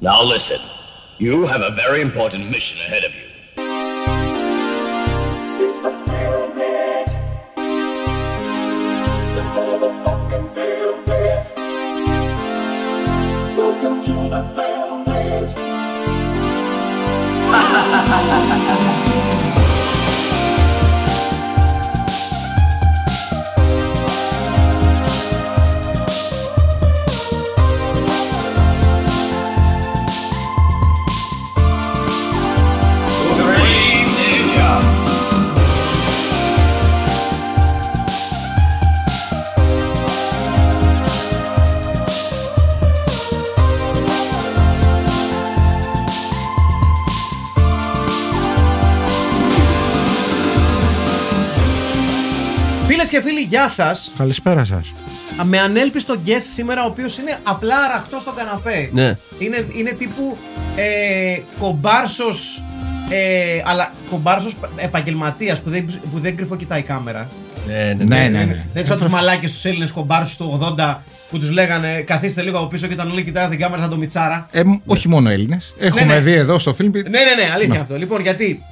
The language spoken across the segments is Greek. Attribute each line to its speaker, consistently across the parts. Speaker 1: Now listen, you have a very important mission ahead of you.
Speaker 2: It's the Feel Bit. The motherfucking Feel Bit. Welcome to the Feel Bit.
Speaker 3: Φίλε και φίλοι, γεια σας.
Speaker 4: Καλησπέρα σας.
Speaker 3: Με ανέλπιστο guest σήμερα, ο οποίος είναι απλά αραχτός στο καναπέ.
Speaker 5: Ναι.
Speaker 3: Είναι, είναι τύπου ε, κομπάρσος. Ε, αλλά κομπάρσος επαγγελματίας που δεν, που δεν κρυφοκοιτάει η κάμερα.
Speaker 5: Ναι, ναι,
Speaker 4: Ναι, ναι, ναι.
Speaker 3: Δεν ξέρω του μαλάκες τους Έλληνες κομπάρσους του 80 που τους λέγανε Καθίστε λίγο από πίσω και ήταν όλοι κοιτάγανε την κάμερα σαν το Μιτσάρα.
Speaker 4: Ε, μ- όχι μόνο Έλληνες. Έχουμε
Speaker 3: ναι.
Speaker 4: δει εδώ στο φιλμ.
Speaker 3: Ναι, ναι, ναι, αλήθεια
Speaker 4: Ναι.
Speaker 3: αυτό. Λοιπόν, γιατί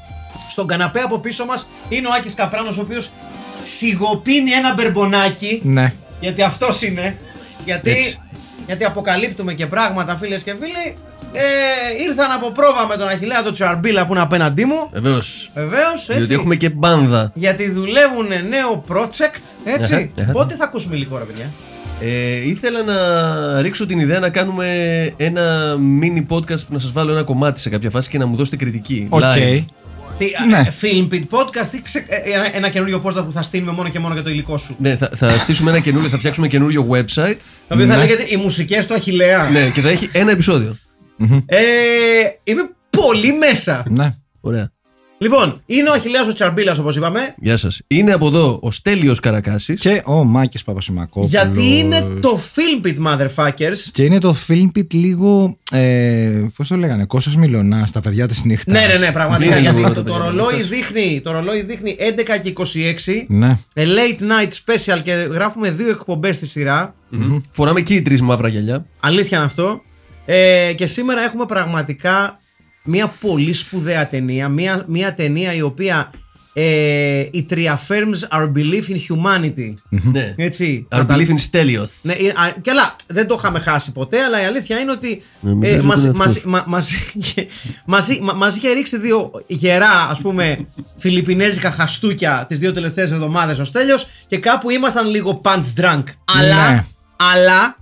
Speaker 3: στον καναπέ από πίσω μας είναι ο Άκης Καπράνος, ο οποίος σιγοπίνει ένα μπερμπονάκι.
Speaker 4: Ναι.
Speaker 3: Γιατί αυτός είναι. Γιατί,
Speaker 5: Έτσι.
Speaker 3: γιατί αποκαλύπτουμε και πράγματα, φίλες και φίλοι. Ε, ήρθαν από πρόβα με τον Αχιλέα τον Τσαρμπίλα που είναι απέναντί μου.
Speaker 5: Βεβαίως.
Speaker 3: Βεβαίως, έτσι.
Speaker 5: Ε, Διότι έχουμε και μπάνδα.
Speaker 3: Γιατί δουλεύουν νέο project, έτσι.
Speaker 5: Αχα, αχα.
Speaker 3: Πότε θα ακούσουμε υλικό, ρε παιδιά.
Speaker 5: Ε, ήθελα να ρίξω την ιδέα να κάνουμε ένα mini podcast που να σας βάλω ένα κομμάτι σε κάποια φάση και να μου δώσετε κριτική.
Speaker 4: Οκ.
Speaker 5: Live.
Speaker 3: Τι,
Speaker 4: Ναι.
Speaker 3: ε, Film Pit Podcast ή ξε- ε, ένα, ένα καινούριο podcast που θα στείλουμε μόνο και μόνο για το υλικό σου.
Speaker 5: Ναι, θα, θα στήσουμε ένα καινούριο, θα φτιάξουμε καινούριο website.
Speaker 3: Το οποίο θα
Speaker 4: Ναι.
Speaker 3: λέγεται Οι μουσικές του Αχηλέα.
Speaker 5: Ναι, και θα έχει ένα επεισόδιο.
Speaker 3: Ε, είμαι πολύ μέσα.
Speaker 4: Ναι.
Speaker 5: Ωραία.
Speaker 3: λοιπόν, είναι ο Αχηλέα ο Τσαρμπίλας, όπως είπαμε.
Speaker 5: Γεια σας. Είναι από εδώ ο Στέλιος Καρακάσης.
Speaker 4: Και ο Μάκης Παπασημακόπουλος.
Speaker 3: Γιατί είναι το Film Pit Motherfuckers.
Speaker 4: Και είναι το Filmpit λίγο. Ε, Πώς το λέγανε, Κώστας Μιλωνάς, τα παιδιά της νύχτας.
Speaker 3: Ναι, ναι, ναι, πραγματικά.
Speaker 5: Μην
Speaker 3: γιατί
Speaker 5: είναι
Speaker 3: το, το
Speaker 5: λίγο,
Speaker 3: ρολόι
Speaker 5: παιδιά,
Speaker 3: δείχνει, το ρολόι δείχνει 11 και 26.
Speaker 4: Ναι.
Speaker 3: A late night special και γράφουμε δύο εκπομπές στη σειρά.
Speaker 5: Μμμ. Φοράμε και οι τρεις μαύρα γυαλιά.
Speaker 3: Αλήθεια είναι αυτό. Ε, και σήμερα έχουμε πραγματικά μια πολύ σπουδαία ταινία. Μια, μια ταινία η οποία ε, it reaffirms our belief in humanity.
Speaker 5: ναι.
Speaker 3: Έτσι.
Speaker 5: Our belief in Stelios.
Speaker 3: Ναι, ε, α, και αλλά δεν το είχαμε χάσει ποτέ, αλλά η αλήθεια είναι ότι ε,
Speaker 5: Ναι, νομίζω ότι
Speaker 3: μας,
Speaker 5: είναι
Speaker 3: μας,
Speaker 5: αυτός.
Speaker 3: μα- μας, είχε- μας είχε- μα- μας είχε ρίξει δύο γερά, ας πούμε, φιλιππινέζικα χαστούκια τις δύο τελευταίες εβδομάδες ο Στέλιος και κάπου ήμασταν λίγο punch drunk. Αλλά,
Speaker 4: Ναι.
Speaker 3: αλλά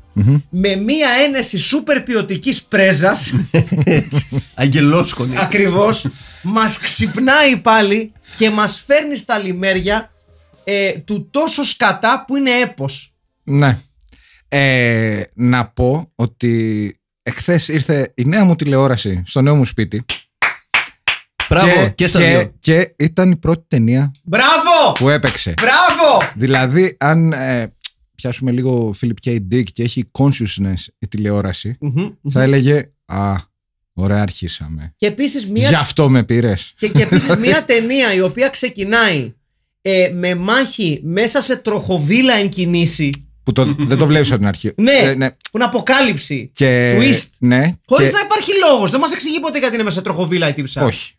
Speaker 3: με μία ένεση σούπερ ποιοτικής πρέζας,
Speaker 5: Αγγελόσκονη.
Speaker 3: ακριβώς, μας ξυπνάει πάλι και μας φέρνει στα λιμέρια ε, του τόσο σκατά που είναι έπος.
Speaker 4: ναι. Ε, να πω ότι εχθές ήρθε η νέα μου τηλεόραση στο νέο μου σπίτι.
Speaker 5: Μπράβο, και στα
Speaker 4: και,
Speaker 5: δύο.
Speaker 4: και ήταν η πρώτη ταινία
Speaker 3: Μπράβο!
Speaker 4: που έπαιξε.
Speaker 3: Μπράβο!
Speaker 4: Δηλαδή, αν ε, πιάσουμε λίγο Philip K. Dick και έχει consciousness η τηλεόραση, θα έλεγε Α, ωραία, αρχίσαμε.
Speaker 3: Και επίσης μια,
Speaker 4: Γι' αυτό με πήρες.
Speaker 3: και, και επίσης μια ταινία η οποία ξεκινάει ε, με μάχη μέσα σε τροχοβίλα εν κινήσει.
Speaker 4: Που το, δεν το βλέπεις από την αρχή.
Speaker 3: Ναι,
Speaker 4: Ε,
Speaker 3: που είναι αποκάλυψη.
Speaker 4: Και,
Speaker 3: Twist.
Speaker 4: Ναι,
Speaker 3: Χωρίς
Speaker 4: και-
Speaker 3: να υπάρχει λόγος. Δεν μας εξηγεί ποτέ γιατί είναι μέσα σε τροχοβίλα η τύψα.
Speaker 4: Όχι.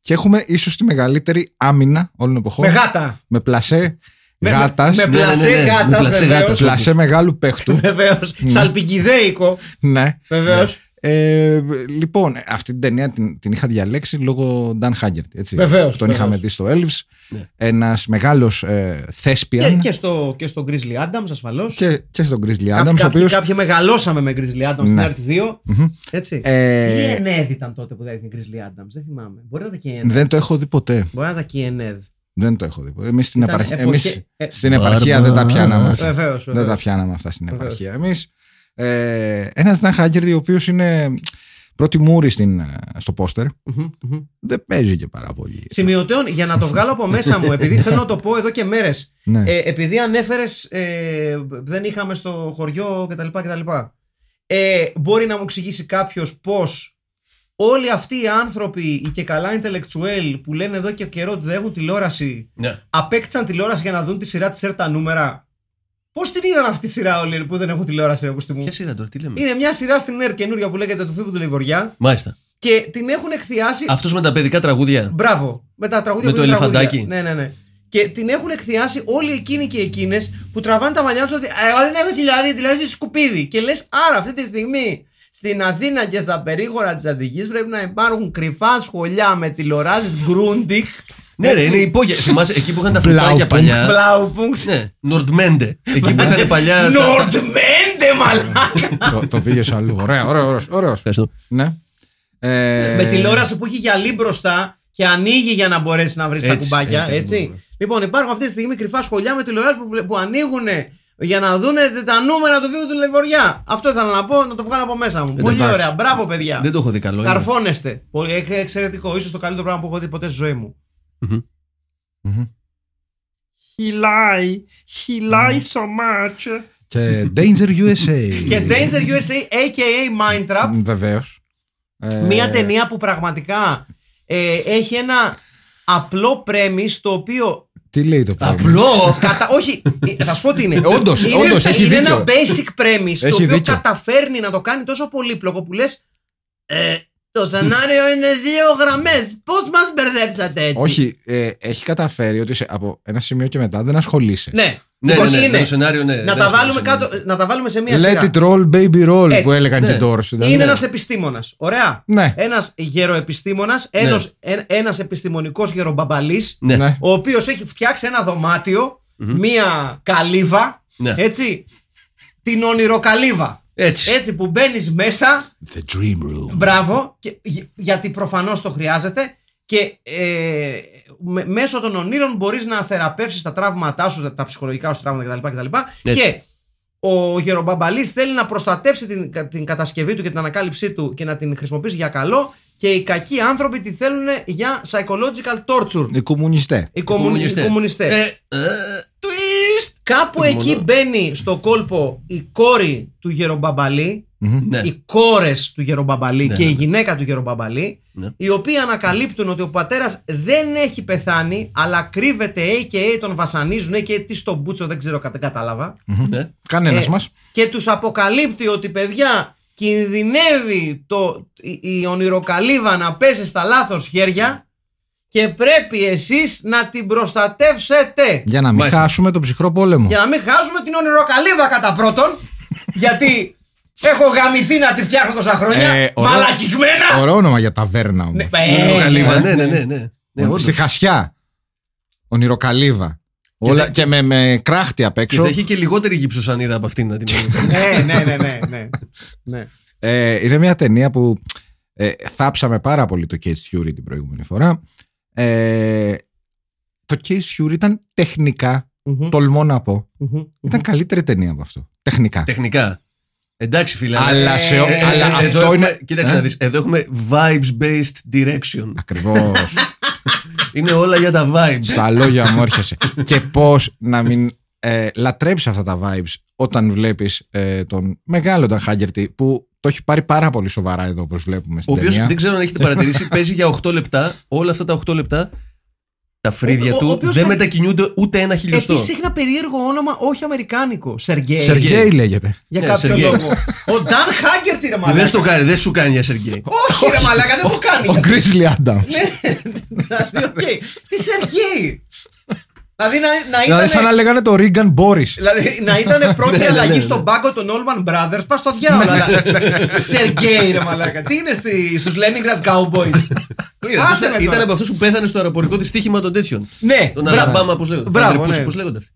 Speaker 4: Και έχουμε ίσως τη μεγαλύτερη άμυνα όλων εποχών.
Speaker 3: Με γάτα.
Speaker 4: με πλασέ
Speaker 3: Με-
Speaker 4: γάτας.
Speaker 3: με- με- πλασέ γάτας,
Speaker 5: με πλασέ
Speaker 3: βεβαίως.
Speaker 5: γάτας,
Speaker 4: ναι, πλασέ μεγάλου παίχτου.
Speaker 3: Βεβαίως. Σαλπικιδέικο.
Speaker 4: ναι.
Speaker 3: Βεβαίως.
Speaker 4: Ε, λοιπόν, αυτή την ταινία την, την είχα διαλέξει λόγω Dan Haggard. Έτσι.
Speaker 3: Βεβαίως,
Speaker 4: Τον
Speaker 3: βεβαίως.
Speaker 4: είχαμε δει στο Elves. Ένας μεγάλος ε,
Speaker 3: Και,
Speaker 4: θέσπιαν
Speaker 3: και, στο, και στο Grizzly Adams ασφαλώς.
Speaker 4: και, και στον Grizzly Adams, ο
Speaker 3: κάποιοι,
Speaker 4: οποίος
Speaker 3: κάποιοι μεγαλώσαμε με Grizzly Adams στην
Speaker 4: Ναι.
Speaker 3: Art 2.
Speaker 4: Μμμ.
Speaker 3: Έτσι.
Speaker 4: Ε,
Speaker 3: Ή Ened ήταν τότε που δεν ήταν Grizzly Adams. Δεν θυμάμαι. Μπορεί να ήταν και Ened.
Speaker 4: δεν το έχω δει ποτέ.
Speaker 3: Μπορεί να ήταν και Ened.
Speaker 4: Δεν το έχω δει ποτέ. Εμείς στην,
Speaker 3: Ήταν
Speaker 4: επαρχία,
Speaker 3: εποχή-
Speaker 4: εμείς
Speaker 3: ε,
Speaker 4: στην επαρχία δεν τα πιάναμε. αυτά.
Speaker 3: Βεβαίως.
Speaker 4: δεν τα πιάναμε αυτά στην
Speaker 3: Βεβαίως.
Speaker 4: επαρχία. Εμείς, ε, ένας Dan Haggard, ο οποίος είναι πρώτη μούρη στην, ε, στο πόστερ, δεν παίζει και πάρα πολύ.
Speaker 3: Σημειωτέων, για να το βγάλω από μέσα μου, επειδή θέλω να το πω εδώ και μέρες.
Speaker 4: Ναι.
Speaker 3: Ε, επειδή ανέφερε, ε, δεν είχαμε στο χωριό κτλ. κτλ. Ε, μπορεί να μου εξηγήσει κάποιος πώς όλοι αυτοί οι άνθρωποι, οι και καλά intellectual που λένε εδώ και καιρό ότι δεν έχουν τηλεόραση,
Speaker 5: Ναι.
Speaker 3: απέκτησαν τηλεόραση για να δουν τη σειρά της ΕΡΤΑ νούμερα. Πώς την είδαν αυτή τη σειρά όλοι ρε, που δεν έχουν τηλεόραση, όπως μου.
Speaker 5: Ποια σειρά τώρα, τι λέμε.
Speaker 3: Είναι μια σειρά στην ΕΡΤ καινούρια που λέγεται Το Θείο του Λιβωριά
Speaker 5: Μάλιστα.
Speaker 3: και την έχουν εκθιάσει.
Speaker 5: Αυτός με τα παιδικά τραγούδια.
Speaker 3: Μπράβο. Με τα τραγούδια
Speaker 5: Με
Speaker 3: που
Speaker 5: το
Speaker 3: είναι τραγούδια.
Speaker 5: ελεφαντάκι.
Speaker 3: Ναι, ναι, ναι. Και την έχουν εκθιάσει όλοι εκείνοι και εκείνες που τραβάνε τα μαλλιά τους ότι Εγώ δεν έχω τηλεόραση, τηλεόραση είναι σκουπίδι. Και λες, άρα αυτή τη στιγμή στην Αθήνα και στα περίγωρα της Αττικής πρέπει να υπάρχουν κρυφά σχολιά με τηλεοράσεις Γκρούντιχ.
Speaker 5: Ναι, ρε, είναι υπόγεια. Θυμάσαι εκεί που είχαν τα φρουτάκια παλιά.
Speaker 3: Φλάουπουγκ.
Speaker 5: Ναι, Νορντμέντε. Εκεί που είχαν παλιά. τα-
Speaker 3: Νορτμέντε, μαλάκα!
Speaker 4: το, το πήγε αλλού. Ωραία, ωραία, ωραία. ωραίος.
Speaker 5: Ευχαριστώ.
Speaker 4: Ναι. Ε,
Speaker 3: Με τηλεόραση που έχει γυαλί μπροστά και ανοίγει για να μπορέσεις να βρεις τα
Speaker 5: Έτσι,
Speaker 3: κουμπάκια.
Speaker 5: έτσι,
Speaker 3: Έτσι, Λοιπόν, υπάρχουν αυτή τη στιγμή κρυφά σχολιά με τηλεόραση που, που ανοίγουν ε, για να δουν τα νούμερα του βίου του Λεβοριά. Αυτό ήθελα να πω, να το βγάλω από μέσα μου. Πολύ
Speaker 5: Ε, εντάξει.
Speaker 3: ωραία. Μπράβο, παιδιά.
Speaker 5: Δεν το έχω δει καλό. είναι.
Speaker 3: Καρφώνεστε. Πολύ ε, εξαιρετικό. ίσως το καλύτερο πράγμα που έχω δει ποτέ στη ζωή μου.
Speaker 4: μμμ.
Speaker 3: Χιλάει. Χιλάει so much.
Speaker 4: Και Danger USA.
Speaker 3: Και Danger USA, a.k.a. Mind Trap.
Speaker 4: Βεβαίως. Ε,
Speaker 3: Μία ταινία που πραγματικά ε, έχει ένα απλό πρέμι το οποίο.
Speaker 4: Τι λέει το πράγμα.
Speaker 5: Απλό!
Speaker 3: Κατά, όχι, ε, θα σου πω τι είναι.
Speaker 4: Όντως,
Speaker 3: είναι,
Speaker 4: όντως, έχει
Speaker 3: είναι
Speaker 4: δίκιο.
Speaker 3: ένα basic premise το
Speaker 4: Έχει
Speaker 3: οποίο
Speaker 4: δίκιο.
Speaker 3: καταφέρνει να το κάνει τόσο πολύπλοκο που λες. Ε, το σενάριο είναι δύο γραμμές. Πώς μας μπερδέψατε έτσι.
Speaker 4: Όχι, ε, έχει καταφέρει ότι σε- από ένα σημείο και μετά δεν ασχολείσαι.
Speaker 3: Ναι,
Speaker 5: Ναι, ναι,
Speaker 3: πώς
Speaker 5: ναι,
Speaker 3: είναι.
Speaker 5: με το σενάριο, ναι.
Speaker 3: να,
Speaker 5: δεν
Speaker 3: τα
Speaker 5: ασχολούμαι
Speaker 3: βάλουμε
Speaker 5: σε
Speaker 3: κάτω,
Speaker 5: μένα.
Speaker 3: να τα βάλουμε σε μία
Speaker 4: Let
Speaker 3: σειρά.
Speaker 4: it roll, baby roll
Speaker 3: Έτσι,
Speaker 4: που έλεγαν
Speaker 5: ναι.
Speaker 4: και Doors. δηλαδή.
Speaker 3: Είναι ένας επιστήμονας. Ωραία.
Speaker 4: Ναι,
Speaker 3: Ένας γεροεπιστήμονας, ένας επιστημονικός γερομπαμπαλής.
Speaker 5: Ναι.
Speaker 4: ναι.
Speaker 3: ο οποίος έχει φτιάξει ένα δωματιο μία καλύβα,
Speaker 5: Ναι.
Speaker 3: έτσι, την ονειροκαλύβα.
Speaker 5: Έτσι.
Speaker 3: Έτσι που μπαίνεις μέσα,
Speaker 4: The dream room.
Speaker 3: μπράβο, και, γι- γιατί προφανώς το χρειάζεται και ε, με- μέσω των ονείρων μπορείς να θεραπεύσεις τα τραύματά σου, τα, τα ψυχολογικά σου τραύματα κτλ. κτλ.
Speaker 5: Έτσι.
Speaker 3: Και ο Γερομπαμπαλής θέλει να προστατεύσει την, κα- την κατασκευή του και την ανακάλυψή του και να την χρησιμοποιήσει για καλό και οι κακοί άνθρωποι τη θέλουν για psychological torture.
Speaker 4: Οι Ε, κομμουνιστές.
Speaker 3: Οι, κομμουνι- οι κομμουνιστές.
Speaker 5: Ε, ε, twist.
Speaker 3: Κάπου
Speaker 5: Μόνο.
Speaker 3: εκεί μπαίνει στο κόλπο η κόρη του Γερομπαμπαλή,
Speaker 4: Μμμ.
Speaker 5: Ναι.
Speaker 3: οι κόρες του Γερομπαμπαλή
Speaker 5: Ναι,
Speaker 3: και
Speaker 5: ναι,
Speaker 3: η
Speaker 5: ναι.
Speaker 3: γυναίκα του Γερομπαμπαλή,
Speaker 5: Ναι.
Speaker 3: οι οποίοι ανακαλύπτουν ότι ο πατέρας δεν έχει πεθάνει, αλλά κρύβεται AKA τον βασανίζουν, AKA τι στον Μπούτσο, δεν ξέρω, δεν κατάλαβα.
Speaker 5: Ναι.
Speaker 4: Κανένας
Speaker 3: Ε,
Speaker 4: μας.
Speaker 3: Και τους αποκαλύπτει ότι παιδιά κινδυνεύει το, η, η ονειροκαλύβα να πέσει στα λάθος χέρια και πρέπει εσείς να την προστατεύσετε.
Speaker 4: Για να μην
Speaker 5: Μάλιστα.
Speaker 4: χάσουμε τον ψυχρό πόλεμο.
Speaker 3: Για να μην χάσουμε την ονειροκαλύβα κατά πρώτον. γιατί έχω γαμηθεί να τη φτιάχνω τόσα χρόνια.
Speaker 4: Ε, ωραίο.
Speaker 3: μαλακισμένα.
Speaker 4: Ωραίο όνομα για ταβέρνα όμως.
Speaker 3: Ναι, ε,
Speaker 5: Καλύβα, ναι, ναι, ναι. ναι. ναι όντως.
Speaker 4: Στη χασιά. Ονειροκαλύβα. Όλα,
Speaker 5: θα-
Speaker 4: και με, με κράχτη απ'
Speaker 5: Και
Speaker 4: έξω.
Speaker 5: θα έχει και λιγότερη γυψοσανίδα από αυτήν να την
Speaker 3: ναι, ναι, ναι, ναι, ναι. ναι.
Speaker 4: Ε, είναι μια ταινία που ε, θάψαμε πάρα πολύ το Case Fury την προηγούμενη φορά. Ε, το Case Fury ήταν τεχνικά,
Speaker 3: Μμμ,
Speaker 4: τολμώ να πω,
Speaker 3: μμμ.
Speaker 4: ήταν καλύτερη ταινία από αυτό. Τεχνικά.
Speaker 5: Τεχνικά. Εντάξει, φίλε.
Speaker 4: Αλλά, σε, ό-
Speaker 5: ε, ε,
Speaker 4: αλλά
Speaker 5: ε, εδώ
Speaker 4: αυτό
Speaker 5: έχουμε-
Speaker 4: είναι.
Speaker 5: Κοίταξε
Speaker 4: Ε,
Speaker 5: να δεις. Εδώ έχουμε vibes-based direction.
Speaker 4: Ακριβώς.
Speaker 5: Είναι όλα για τα vibes.
Speaker 4: Στα λόγια μου έρχεσαι. και πώς να μην ε, λατρέψεις αυτά τα vibes όταν βλέπεις τον μεγάλο τον Χάγκερτη που το έχει πάρει πάρα πολύ σοβαρά εδώ όπως βλέπουμε
Speaker 5: Ο
Speaker 4: στην
Speaker 5: οποίος
Speaker 4: ταινία.
Speaker 5: δεν ξέρω αν έχετε παρατηρήσει, παίζει για 8 λεπτά. Όλα αυτά τα 8 λεπτά τα φρύδια
Speaker 3: Ο- ο- ο
Speaker 5: του
Speaker 3: οποίος
Speaker 5: δεν
Speaker 3: θα-
Speaker 5: μετακινούνται ούτε ένα χιλιοστό.
Speaker 3: Επίσης έχει ένα περίεργο όνομα, όχι αμερικάνικο. Σεργέη.
Speaker 4: Σεργέη λέγεται.
Speaker 3: Για
Speaker 5: Ναι,
Speaker 3: κάποιο
Speaker 5: Σεργέη.
Speaker 3: λόγο. Ο Νταν Χάγκερτ είναι
Speaker 5: Που δεν,
Speaker 3: μαλάκα.
Speaker 5: στο κάνει, δεν σου κάνει για Σεργέη.
Speaker 3: Όχι, ρε μαλάκα, δεν το κάνει.
Speaker 4: Ο Grizzly
Speaker 5: Ναι,
Speaker 4: Adams.
Speaker 3: Δηλαδή, οκ. Τι Σεργέη. Δηλαδή να- να
Speaker 4: Δηλαδή σαν να
Speaker 3: ήταν.
Speaker 4: λέγανε το Ρίγκαν Μπόρις.
Speaker 3: Δηλαδή να ήταν
Speaker 5: Ναι,
Speaker 3: πρώτη
Speaker 5: ναι, ναι,
Speaker 3: αλλαγή
Speaker 5: ναι.
Speaker 3: στον πάγκο των Allman Brothers, πας στο διάολο. αλλά- Σεργέη, ρε μαλάκα. Τι είναι στη- στους Leningrad Cowboys.
Speaker 5: Ήταν-
Speaker 3: Άσε με
Speaker 5: Ήταν
Speaker 3: τώρα.
Speaker 5: από αυτούς που πέθανε στο αεροπορικό δυστύχημα των τέτοιων.
Speaker 3: Ναι,
Speaker 5: Τον
Speaker 3: μπράβο.
Speaker 5: Αλαμπάμα, πώς λέγονται.
Speaker 3: Μπράβο,
Speaker 5: Thunderpuss,
Speaker 3: ναι.
Speaker 5: πώς λέγονται αυτοί.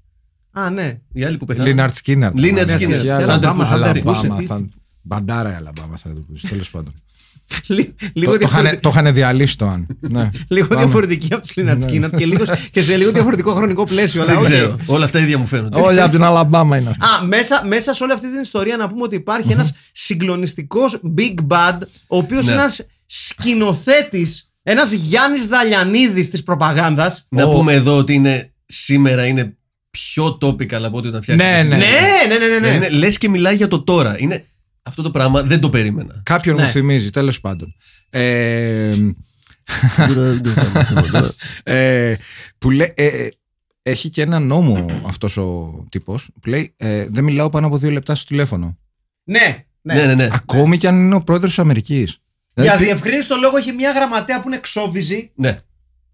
Speaker 3: Α, ναι.
Speaker 5: Οι άλλοι που πεθάνουν.
Speaker 4: Λίναρτ Σκίναρ.
Speaker 5: Λίναρτ
Speaker 4: Ναι,
Speaker 5: Σκίναρ.
Speaker 4: ναι,
Speaker 5: Αλαμπάμα,
Speaker 4: Αλαμπάμα,
Speaker 5: Αλαμπάμα,
Speaker 4: Αλαμπάμα,
Speaker 3: τι-
Speaker 4: θα- Μπαντάρα η Αλαμπάμα θα το πούσε. Τέλος πάντων.
Speaker 3: Λι- Λίγο,
Speaker 4: Το- το
Speaker 3: διαφορετικ-
Speaker 4: είχαν- Το είχαν διαλύσει το αν. Ναι.
Speaker 3: λίγο
Speaker 4: Πάμε.
Speaker 3: διαφορετική από του Λίναρτ Σκίναρτ και, λίγο, και σε λίγο διαφορετικό χρονικό πλαίσιο. αλλά
Speaker 5: Ναι. Δεν
Speaker 3: οκ.
Speaker 5: ξέρω. Όλα αυτά ίδια μου φαίνονται.
Speaker 4: Όλοι από την Αλαμπάμα είναι αυτοί.
Speaker 3: Α, μέσα, μέσα σε όλη αυτή την ιστορία να πούμε ότι υπάρχει ένας συγκλονιστικός big bad, ο οποίος
Speaker 5: Ναι.
Speaker 3: είναι ένας σκηνοθέτης, ένας Γιάννης Δαλιανίδης της προπαγάνδας.
Speaker 5: Να
Speaker 4: Ο-
Speaker 5: πούμε εδώ ότι είναι σήμερα είναι πιο topical από ό,τι όταν
Speaker 4: Ναι,
Speaker 5: φτιάχναμε.
Speaker 4: ναι.
Speaker 3: Ναι, ναι, ναι, ναι. ναι.
Speaker 5: Είναι, λες και μιλάει για το τώρα. Είναι, αυτό το πράγμα δεν το περίμενα.
Speaker 4: Κάποιον μου
Speaker 3: Ναι.
Speaker 4: θυμίζει, τέλος πάντων. Ε, ε, που λέ- ε, ε, έχει και ένα νόμο αυτός ο τύπος που λέει ε, Δεν μιλάω πάνω από δύο λεπτά στο τηλέφωνο.
Speaker 3: Ναι, ναι.
Speaker 5: Ναι, ναι, ναι.
Speaker 4: Ακόμη κι αν είναι ο πρόεδρος της Αμερικής.
Speaker 3: Για
Speaker 4: Δηλαδή,
Speaker 3: διευκρίνηση το λόγο έχει μια γραμματέα που είναι εξόβιζη.
Speaker 5: ναι.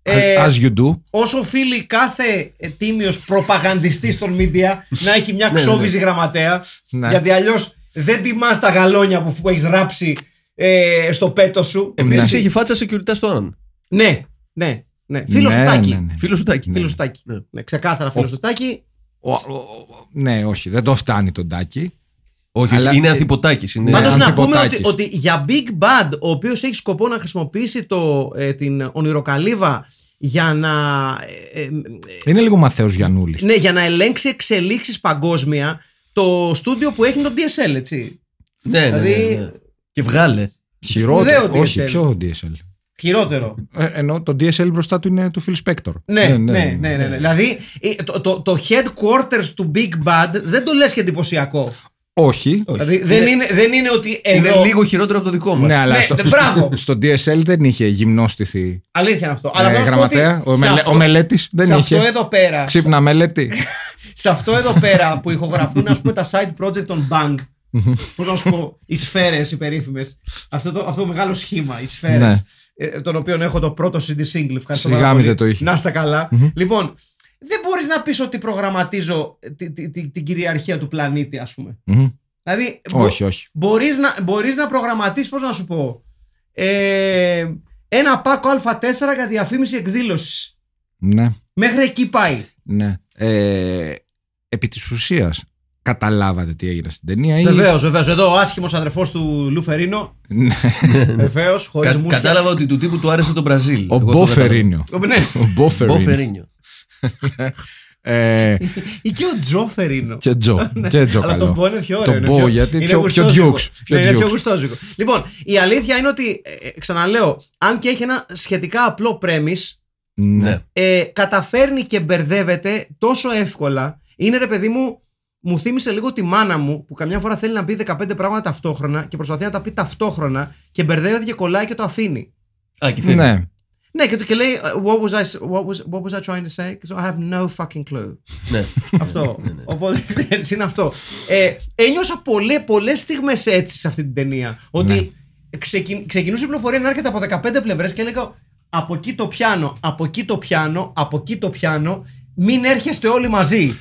Speaker 3: Ε,
Speaker 4: As you do.
Speaker 3: Όσο οφείλει κάθε ε, τίμιος προπαγανδιστής των μίντια να έχει μια ξόβιζη γραμματέα.
Speaker 4: Ναι.
Speaker 3: Γιατί αλλιώς δεν τιμάς τα γαλόνια που, που έχεις ράψει ε, στο πέτο σου.
Speaker 5: Επίση
Speaker 4: Ναι.
Speaker 5: έχει φάτσα security στο αν.
Speaker 3: Ναι, ναι, ναι. Φίλο
Speaker 4: Ναι,
Speaker 3: του
Speaker 4: ναι,
Speaker 3: Τάκη.
Speaker 4: ναι.
Speaker 5: Φίλο του Τάκη.
Speaker 3: Φίλο του Τάκη.
Speaker 5: Ναι.
Speaker 3: Ναι, ξεκάθαρα φίλο
Speaker 4: Ο-
Speaker 3: του Τάκη.
Speaker 4: Ο- ο- ο- ναι, όχι, δεν το φτάνει τον Τάκη.
Speaker 5: Όχι,
Speaker 4: Αλλά-
Speaker 5: όχι,
Speaker 3: ε,
Speaker 5: είναι αθυποτάκης. Είναι... Ναι,
Speaker 3: Πάντω να πούμε ότι,
Speaker 4: Ναι, Αντιποτάκης.
Speaker 3: ότι για Big Bad, ο οποίος έχει σκοπό να χρησιμοποιήσει το, ε, την ονειροκαλύβα για να, ε, ε,
Speaker 4: Είναι λίγο Μαθαίος Γιανούλη.
Speaker 3: ναι, για να ελέγξει εξελίξεις παγκόσμια, το στούντιο που έχει το DSL, έτσι.
Speaker 5: Ναι, ναι, ναι, ναι,
Speaker 3: δηλαδή-
Speaker 5: Και βγάλε.
Speaker 4: Χειρότερο.
Speaker 3: Σπουδαίο
Speaker 4: Όχι,
Speaker 3: DSL.
Speaker 4: πιο DSL.
Speaker 3: Χειρότερο.
Speaker 4: Ε, ενώ το DSL μπροστά του είναι του Phil Spector. Ε,
Speaker 3: Ναι, ναι, ναι, ναι, ναι. Δηλαδή ε, το, το, το headquarters του Big Bad δεν το λες και εντυπωσιακό.
Speaker 4: Όχι.
Speaker 5: Όχι.
Speaker 3: Δηλαδή δεν είναι, δεν είναι ότι
Speaker 5: Είναι
Speaker 3: εδώ...
Speaker 5: λίγο χειρότερο από το δικό μας.
Speaker 4: Ναι, αλλά
Speaker 3: Ναι,
Speaker 4: στο,
Speaker 3: μπράβο.
Speaker 4: στο DSL δεν είχε γυμνώστηθη
Speaker 3: Αλήθεια είναι αυτό.
Speaker 4: ε,
Speaker 3: Αλλά θέλω να σου πω ότι
Speaker 4: γραμματέα. Ο,
Speaker 3: σε
Speaker 4: μελε,
Speaker 3: αυτό-
Speaker 4: ο μελέτης δεν
Speaker 3: σε
Speaker 4: είχε.
Speaker 3: αυτό εδώ πέρα,
Speaker 4: Ξύπνα μελέτη.
Speaker 3: σε αυτό εδώ πέρα που ηχογραφούν ας πούμε τα side project των Bang. Πώς να σου πω, οι σφαίρες οι περίφημες. Αυτό το, αυτό το μεγάλο σχήμα, οι σφαίρες.
Speaker 4: Ναι.
Speaker 3: Τον οποίο έχω το πρώτο CD single. Ευχαριστώ
Speaker 4: Σιγά
Speaker 3: πάρα
Speaker 4: μη
Speaker 3: πολύ.
Speaker 4: δεν το είχε.
Speaker 3: Να είστε καλά. Λοιπόν, δεν μπορείς να πεις ότι προγραμματίζω τη- τη- τη- την κυριαρχία του πλανήτη, ας πούμε.
Speaker 4: Μμμ.
Speaker 3: Δηλαδή,
Speaker 4: όχι, όχι.
Speaker 3: μπορείς να, μπορείς να προγραμματίσεις, πώς να σου πω, ε, ένα πάκο Α4 για διαφήμιση εκδήλωσης.
Speaker 4: Ναι,
Speaker 3: Μέχρι εκεί πάει.
Speaker 4: ναι. Ε, επί της ουσίας, καταλάβατε τι έγινε στην ταινία ή...
Speaker 3: Βεβαίως, βεβαίως. Εδώ ο άσχημος αδερφός του Λουφερίνο.
Speaker 4: Ναι.
Speaker 3: Βεβαίως, χωρί
Speaker 5: Κα-
Speaker 3: μουσική.
Speaker 5: κατάλαβα ότι του τύπου του άρεσε το Μπραζίλ.
Speaker 4: Ο Μπόφερίνιο.
Speaker 3: Ναι,
Speaker 4: Ο Μπόφερίνιο.
Speaker 5: Μπόφερίνιο.
Speaker 4: Ε,
Speaker 3: ή και ο Τζόφερίνο.
Speaker 4: Και Τζο. Και Τζο
Speaker 3: Ναι, Αλλά τον
Speaker 4: καλό.
Speaker 3: Μπο είναι πιο
Speaker 4: Το
Speaker 3: ωραίο. είναι
Speaker 4: Μπο, γιατί
Speaker 3: είναι
Speaker 4: πιο- πιο
Speaker 3: γουστόζικο.
Speaker 4: Dukes, πιο
Speaker 3: Ναι, είναι πιο
Speaker 4: Dukes.
Speaker 3: γουστόζικο. Λοιπόν, η αλήθεια είναι ότι, ε, ε, ξαναλέω, αν και έχει ένα σχετικά απλό πρέμις,
Speaker 4: Ναι.
Speaker 5: Ναι.
Speaker 3: ε, καταφέρνει και μπερδεύεται τόσο εύκολα. Είναι ρε παιδί μου, μου θύμισε λίγο τη μάνα μου που καμιά φορά θέλει να πει 15 πράγματα ταυτόχρονα και προσπαθεί να τα πει ταυτόχρονα και μπερδεύεται και κολλάει και το αφήνει.
Speaker 5: Α, και φεύγει.
Speaker 4: Ναι.
Speaker 3: Ναι, και του και λέει what was, I, what, was, what was I trying to say? 'Cause I have no fucking clue.
Speaker 5: Ναι.
Speaker 3: αυτό. Οπότε ξέρεις, είναι αυτό. Ε, ένιωσα πολλές, πολλές στιγμές έτσι σε αυτή την ταινία. Ότι
Speaker 5: Ναι.
Speaker 3: ξεκιν- ξεκινούσε η πληροφορία να έρχεται από 15 πλευρές και έλεγα από εκεί το πιάνω, από εκεί το πιάνω, από εκεί το πιάνω. Μην έρχεστε όλοι μαζί.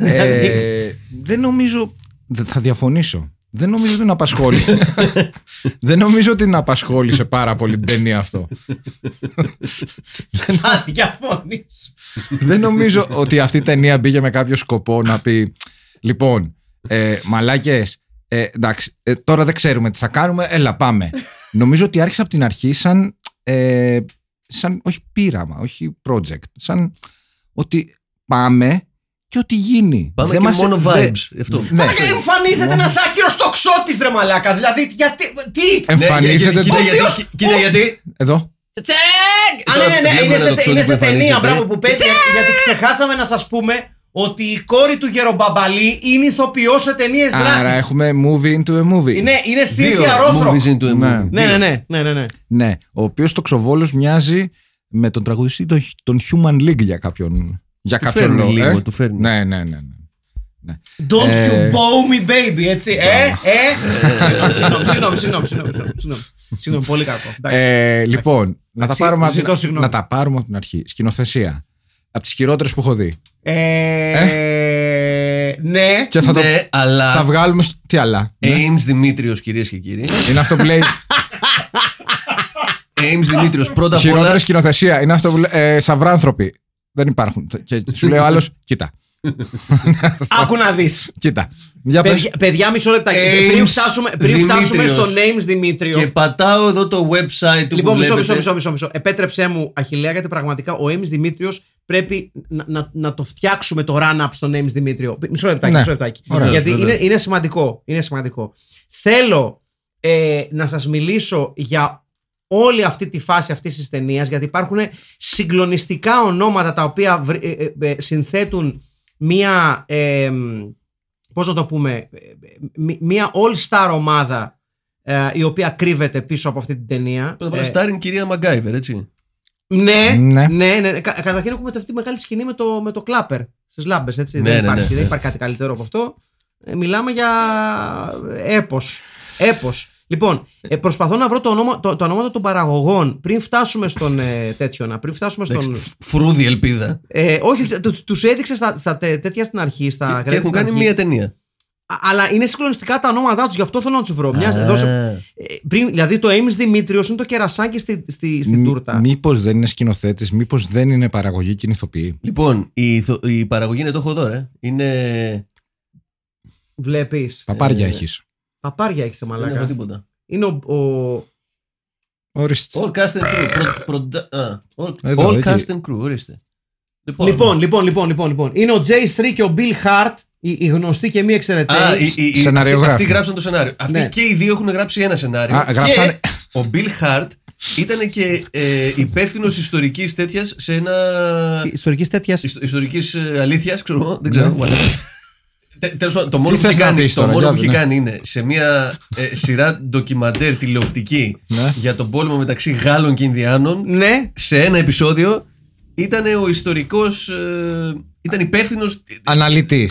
Speaker 4: Ε, δεν νομίζω. δε- Θα διαφωνήσω. Δεν νομίζω ότι την απασχόλησε. δεν νομίζω ότι την απασχόλησε πάρα πολύ την ταινία αυτό.
Speaker 5: Ναι.
Speaker 3: Θα διαφωνήσω.
Speaker 4: δεν νομίζω ότι αυτή η ταινία μπήκε με κάποιο σκοπό να πει. Λοιπόν, ε, μαλάκες. Ε, εντάξει, ε, τώρα δεν ξέρουμε τι θα κάνουμε. Έλα, πάμε. νομίζω ότι άρχισε από την αρχή σαν. Ε, σαν όχι πείραμα, όχι project. Σαν ότι πάμε και ό,τι γίνει.
Speaker 5: Πάμε
Speaker 4: Δεν
Speaker 5: και
Speaker 4: μας-
Speaker 5: μόνο
Speaker 4: δεν-
Speaker 5: vibes. Αυτό.
Speaker 4: Ναι.
Speaker 3: Μαλάκα, εμφανίζεται ένας άκυρος τοξότης, ρε μαλάκα. Δηλαδή, γιατί. Τι!
Speaker 4: Εμφανίζεται.
Speaker 5: Ναι, κοίτα
Speaker 4: το-
Speaker 5: γιατί-
Speaker 3: Όποιος-
Speaker 5: Κοίτα γιατί.
Speaker 4: Εδώ.
Speaker 3: Α,
Speaker 5: Τώρα
Speaker 3: ναι, ναι, ναι,
Speaker 5: βλέπουμε
Speaker 3: είναι
Speaker 5: ένα
Speaker 3: σε,
Speaker 5: τοξότη
Speaker 3: είναι
Speaker 5: που
Speaker 3: σε ταινία,
Speaker 5: εμφανίζεται.
Speaker 3: μπράβο που παίζει. Γιατί ξεχάσαμε να σας πούμε ότι η κόρη του Γερομπαμπαλή είναι ηθοποιός σε ταινίες δράση.
Speaker 4: Άρα έχουμε movie into a movie.
Speaker 3: Είναι, είναι
Speaker 5: Δύο
Speaker 3: Σύνθια Ρόφρο.
Speaker 5: movies into a
Speaker 4: Ναι.
Speaker 5: movie.
Speaker 3: Ναι, ναι, ναι, ναι, ναι, ναι.
Speaker 4: Ναι, ο οποίος το ξοβόλος μοιάζει με τον τραγουδιστή των, των Human League για κάποιον, για
Speaker 5: Του
Speaker 4: κάποιον
Speaker 5: φέρνει
Speaker 4: λόγο. ε.
Speaker 5: λίγο, του φέρνει.
Speaker 4: Ναι, ναι, ναι. ναι.
Speaker 3: Don't you
Speaker 4: Ε.
Speaker 3: bow me baby, έτσι. Ε, ε. Συγγνώμη, συγγνώμη, συγγνώμη, συγγνώμη, συγγνώμη. Συγγνώμη, πολύ κακό. Εντάξει.
Speaker 4: Ε, λοιπόν, να τα,
Speaker 3: Εντάξει,
Speaker 4: πάρουμε από
Speaker 3: ζητώ
Speaker 4: την,
Speaker 3: συγγνώμη.
Speaker 4: να τα πάρουμε από την αρχή. Σκηνοθεσία. Από τις χειρότερες που έχω δει.
Speaker 3: Ε, Ναι.
Speaker 4: Και θα
Speaker 5: Ναι,
Speaker 4: το θα ναι.
Speaker 5: αλλά.
Speaker 4: βγάλουμε. σ- Τι άλλα.
Speaker 5: Ames Δημήτριος, κυρίες και κύριοι.
Speaker 4: Είναι αυτό που λέει.
Speaker 5: Ames Δημήτριος, πρώτα απ' όλα.
Speaker 4: χειρότερη σκηνοθεσία. Είναι αυτό που λέει. Ε, σαυράνθρωποι. Δεν υπάρχουν. Και σου λέει ο άλλος, κοίτα.
Speaker 3: Άκου να δεις.
Speaker 4: Κοίτα. Για πες.
Speaker 3: Παιδιά, παιδιά, μισό λεπτάκι.
Speaker 5: Names
Speaker 3: Πριν φτάσουμε, πριν φτάσουμε
Speaker 5: Δημήτριος.
Speaker 3: στο Names Δημήτριο.
Speaker 5: Και πατάω εδώ το website του
Speaker 3: Λοιπόν,
Speaker 5: που
Speaker 3: μισό, μισό,
Speaker 5: βλέπετε.
Speaker 3: μισό, μισό, μισό. Επέτρεψέ μου, Αχηλέα, γιατί πραγματικά ο Έμι Δημήτριος πρέπει να, να, να το φτιάξουμε το run-up στον Έμι Δημήτριο. Μισό λεπτάκι,
Speaker 4: Ναι.
Speaker 3: μισό λεπτάκι.
Speaker 4: Ωραίος,
Speaker 3: γιατί
Speaker 5: βέβαια.
Speaker 3: είναι, είναι, σημαντικό, είναι σημαντικό. Θέλω ε, να σας μιλήσω για όλη αυτή τη φάση αυτής της ταινίας, γιατί υπάρχουν συγκλονιστικά ονόματα τα οποία βρ- ε, ε, ε, συνθέτουν μία. Ε, πώς να το πούμε, ε, μ- μία all-star ομάδα ε, η οποία κρύβεται πίσω από αυτή την ταινία.
Speaker 5: Πρώτα απ' όλα,
Speaker 3: Ε,
Speaker 5: starring κυρία Μαγκάιβερ, έτσι.
Speaker 3: Ναι, ναι,
Speaker 4: Ναι.
Speaker 3: ναι. ναι. Κα- καταρχήν έχουμε αυτή τη μεγάλη σκηνή με το, με το κλάπερ στις λάμπες. έτσι.
Speaker 5: Ναι,
Speaker 3: δεν,
Speaker 5: ναι,
Speaker 3: υπάρχει,
Speaker 5: ναι,
Speaker 3: δεν
Speaker 5: ναι.
Speaker 3: υπάρχει κάτι καλύτερο από αυτό. Ε, μιλάμε για έπος. Έπος. Λοιπόν, ε, προσπαθώ να βρω το, ονόμα, το, το ονόματα των παραγωγών πριν φτάσουμε στον ε, τέτοιο να. Πριν φτάσουμε στον.
Speaker 5: Εντάξει, φ- Φρούδι ελπίδα.
Speaker 3: Ε, όχι, τους έδειξες στα, στα τέ- τέτοια στην αρχή. Στα
Speaker 5: Και-
Speaker 3: κρατή
Speaker 5: Και έχουν
Speaker 3: στην
Speaker 5: κάνει
Speaker 3: αρχή.
Speaker 5: μία ταινία.
Speaker 3: Α- Αλλά είναι συγκλονιστικά τα ονόματά τους, γι' αυτό θέλω να τους βρω. Μοιάζει,
Speaker 5: Α.
Speaker 3: δώσε- ε, πριν, δηλαδή το Έμι Δημήτριος είναι το κερασάκι στη, στη, στην τούρτα.
Speaker 4: Μήπως δεν είναι σκηνοθέτης, μήπως δεν είναι παραγωγή και είναι ηθοποιή.
Speaker 5: Λοιπόν, η, ηθο- η παραγωγή είναι το έχω εδώ, ρε. Είναι.
Speaker 3: Βλέπεις.
Speaker 4: Παπάρια
Speaker 5: Ε,
Speaker 4: έχεις.
Speaker 3: Παπάρια έχεις τα
Speaker 5: Δεν έχω
Speaker 3: μαλάκα.
Speaker 5: τίποτα.
Speaker 3: Είναι ο. ο-
Speaker 4: Ορίστε.
Speaker 5: All cast and crew. Προ- προ- α, all
Speaker 4: Ε, Εδώ,
Speaker 5: all
Speaker 4: εκεί.
Speaker 5: cast and crew, ορίστε.
Speaker 3: Λοιπόν, λοιπόν, λοιπόν, λοιπόν, λοιπόν. Είναι ο Jay Street και ο Bill Hart, οι, οι γνωστοί και μη
Speaker 5: Α, οι-
Speaker 3: εξαιρεταίοι.
Speaker 5: οι- οι-
Speaker 4: Σεναριογράφοι.
Speaker 5: Αυτοί, αυτοί γράψαν το σενάριο. Αυτοί
Speaker 3: ε, Ναι.
Speaker 5: και οι δύο έχουν γράψει ένα σενάριο.
Speaker 4: Α, γράψανε-
Speaker 5: Και ο Bill Hart ήταν και ε, υπεύθυνος ιστορικής τέτοιας σε ένα.
Speaker 3: Ιστορικής τέτοιας.
Speaker 5: ιστορική αλήθεια, ε, ξέρω εγώ. Δεν ξέρω. Τέλος πάντων, το μόνο που
Speaker 4: Ναι. θες
Speaker 5: έχει
Speaker 4: να
Speaker 5: κάνει,
Speaker 4: πεις
Speaker 5: το
Speaker 4: τώρα,
Speaker 5: μόνο
Speaker 4: για
Speaker 5: που
Speaker 4: πες,
Speaker 5: έχει
Speaker 4: ναι.
Speaker 5: κάνει είναι σε μια ε, σειρά ντοκιμαντέρ τηλεοπτική
Speaker 4: Ναι.
Speaker 5: για τον πόλεμο μεταξύ Γάλλων και Ινδιάνων
Speaker 3: Ναι.
Speaker 5: σε ένα επεισόδιο ήταν ο ιστορικός ε, ήταν υπεύθυνος.
Speaker 4: Αναλυτής.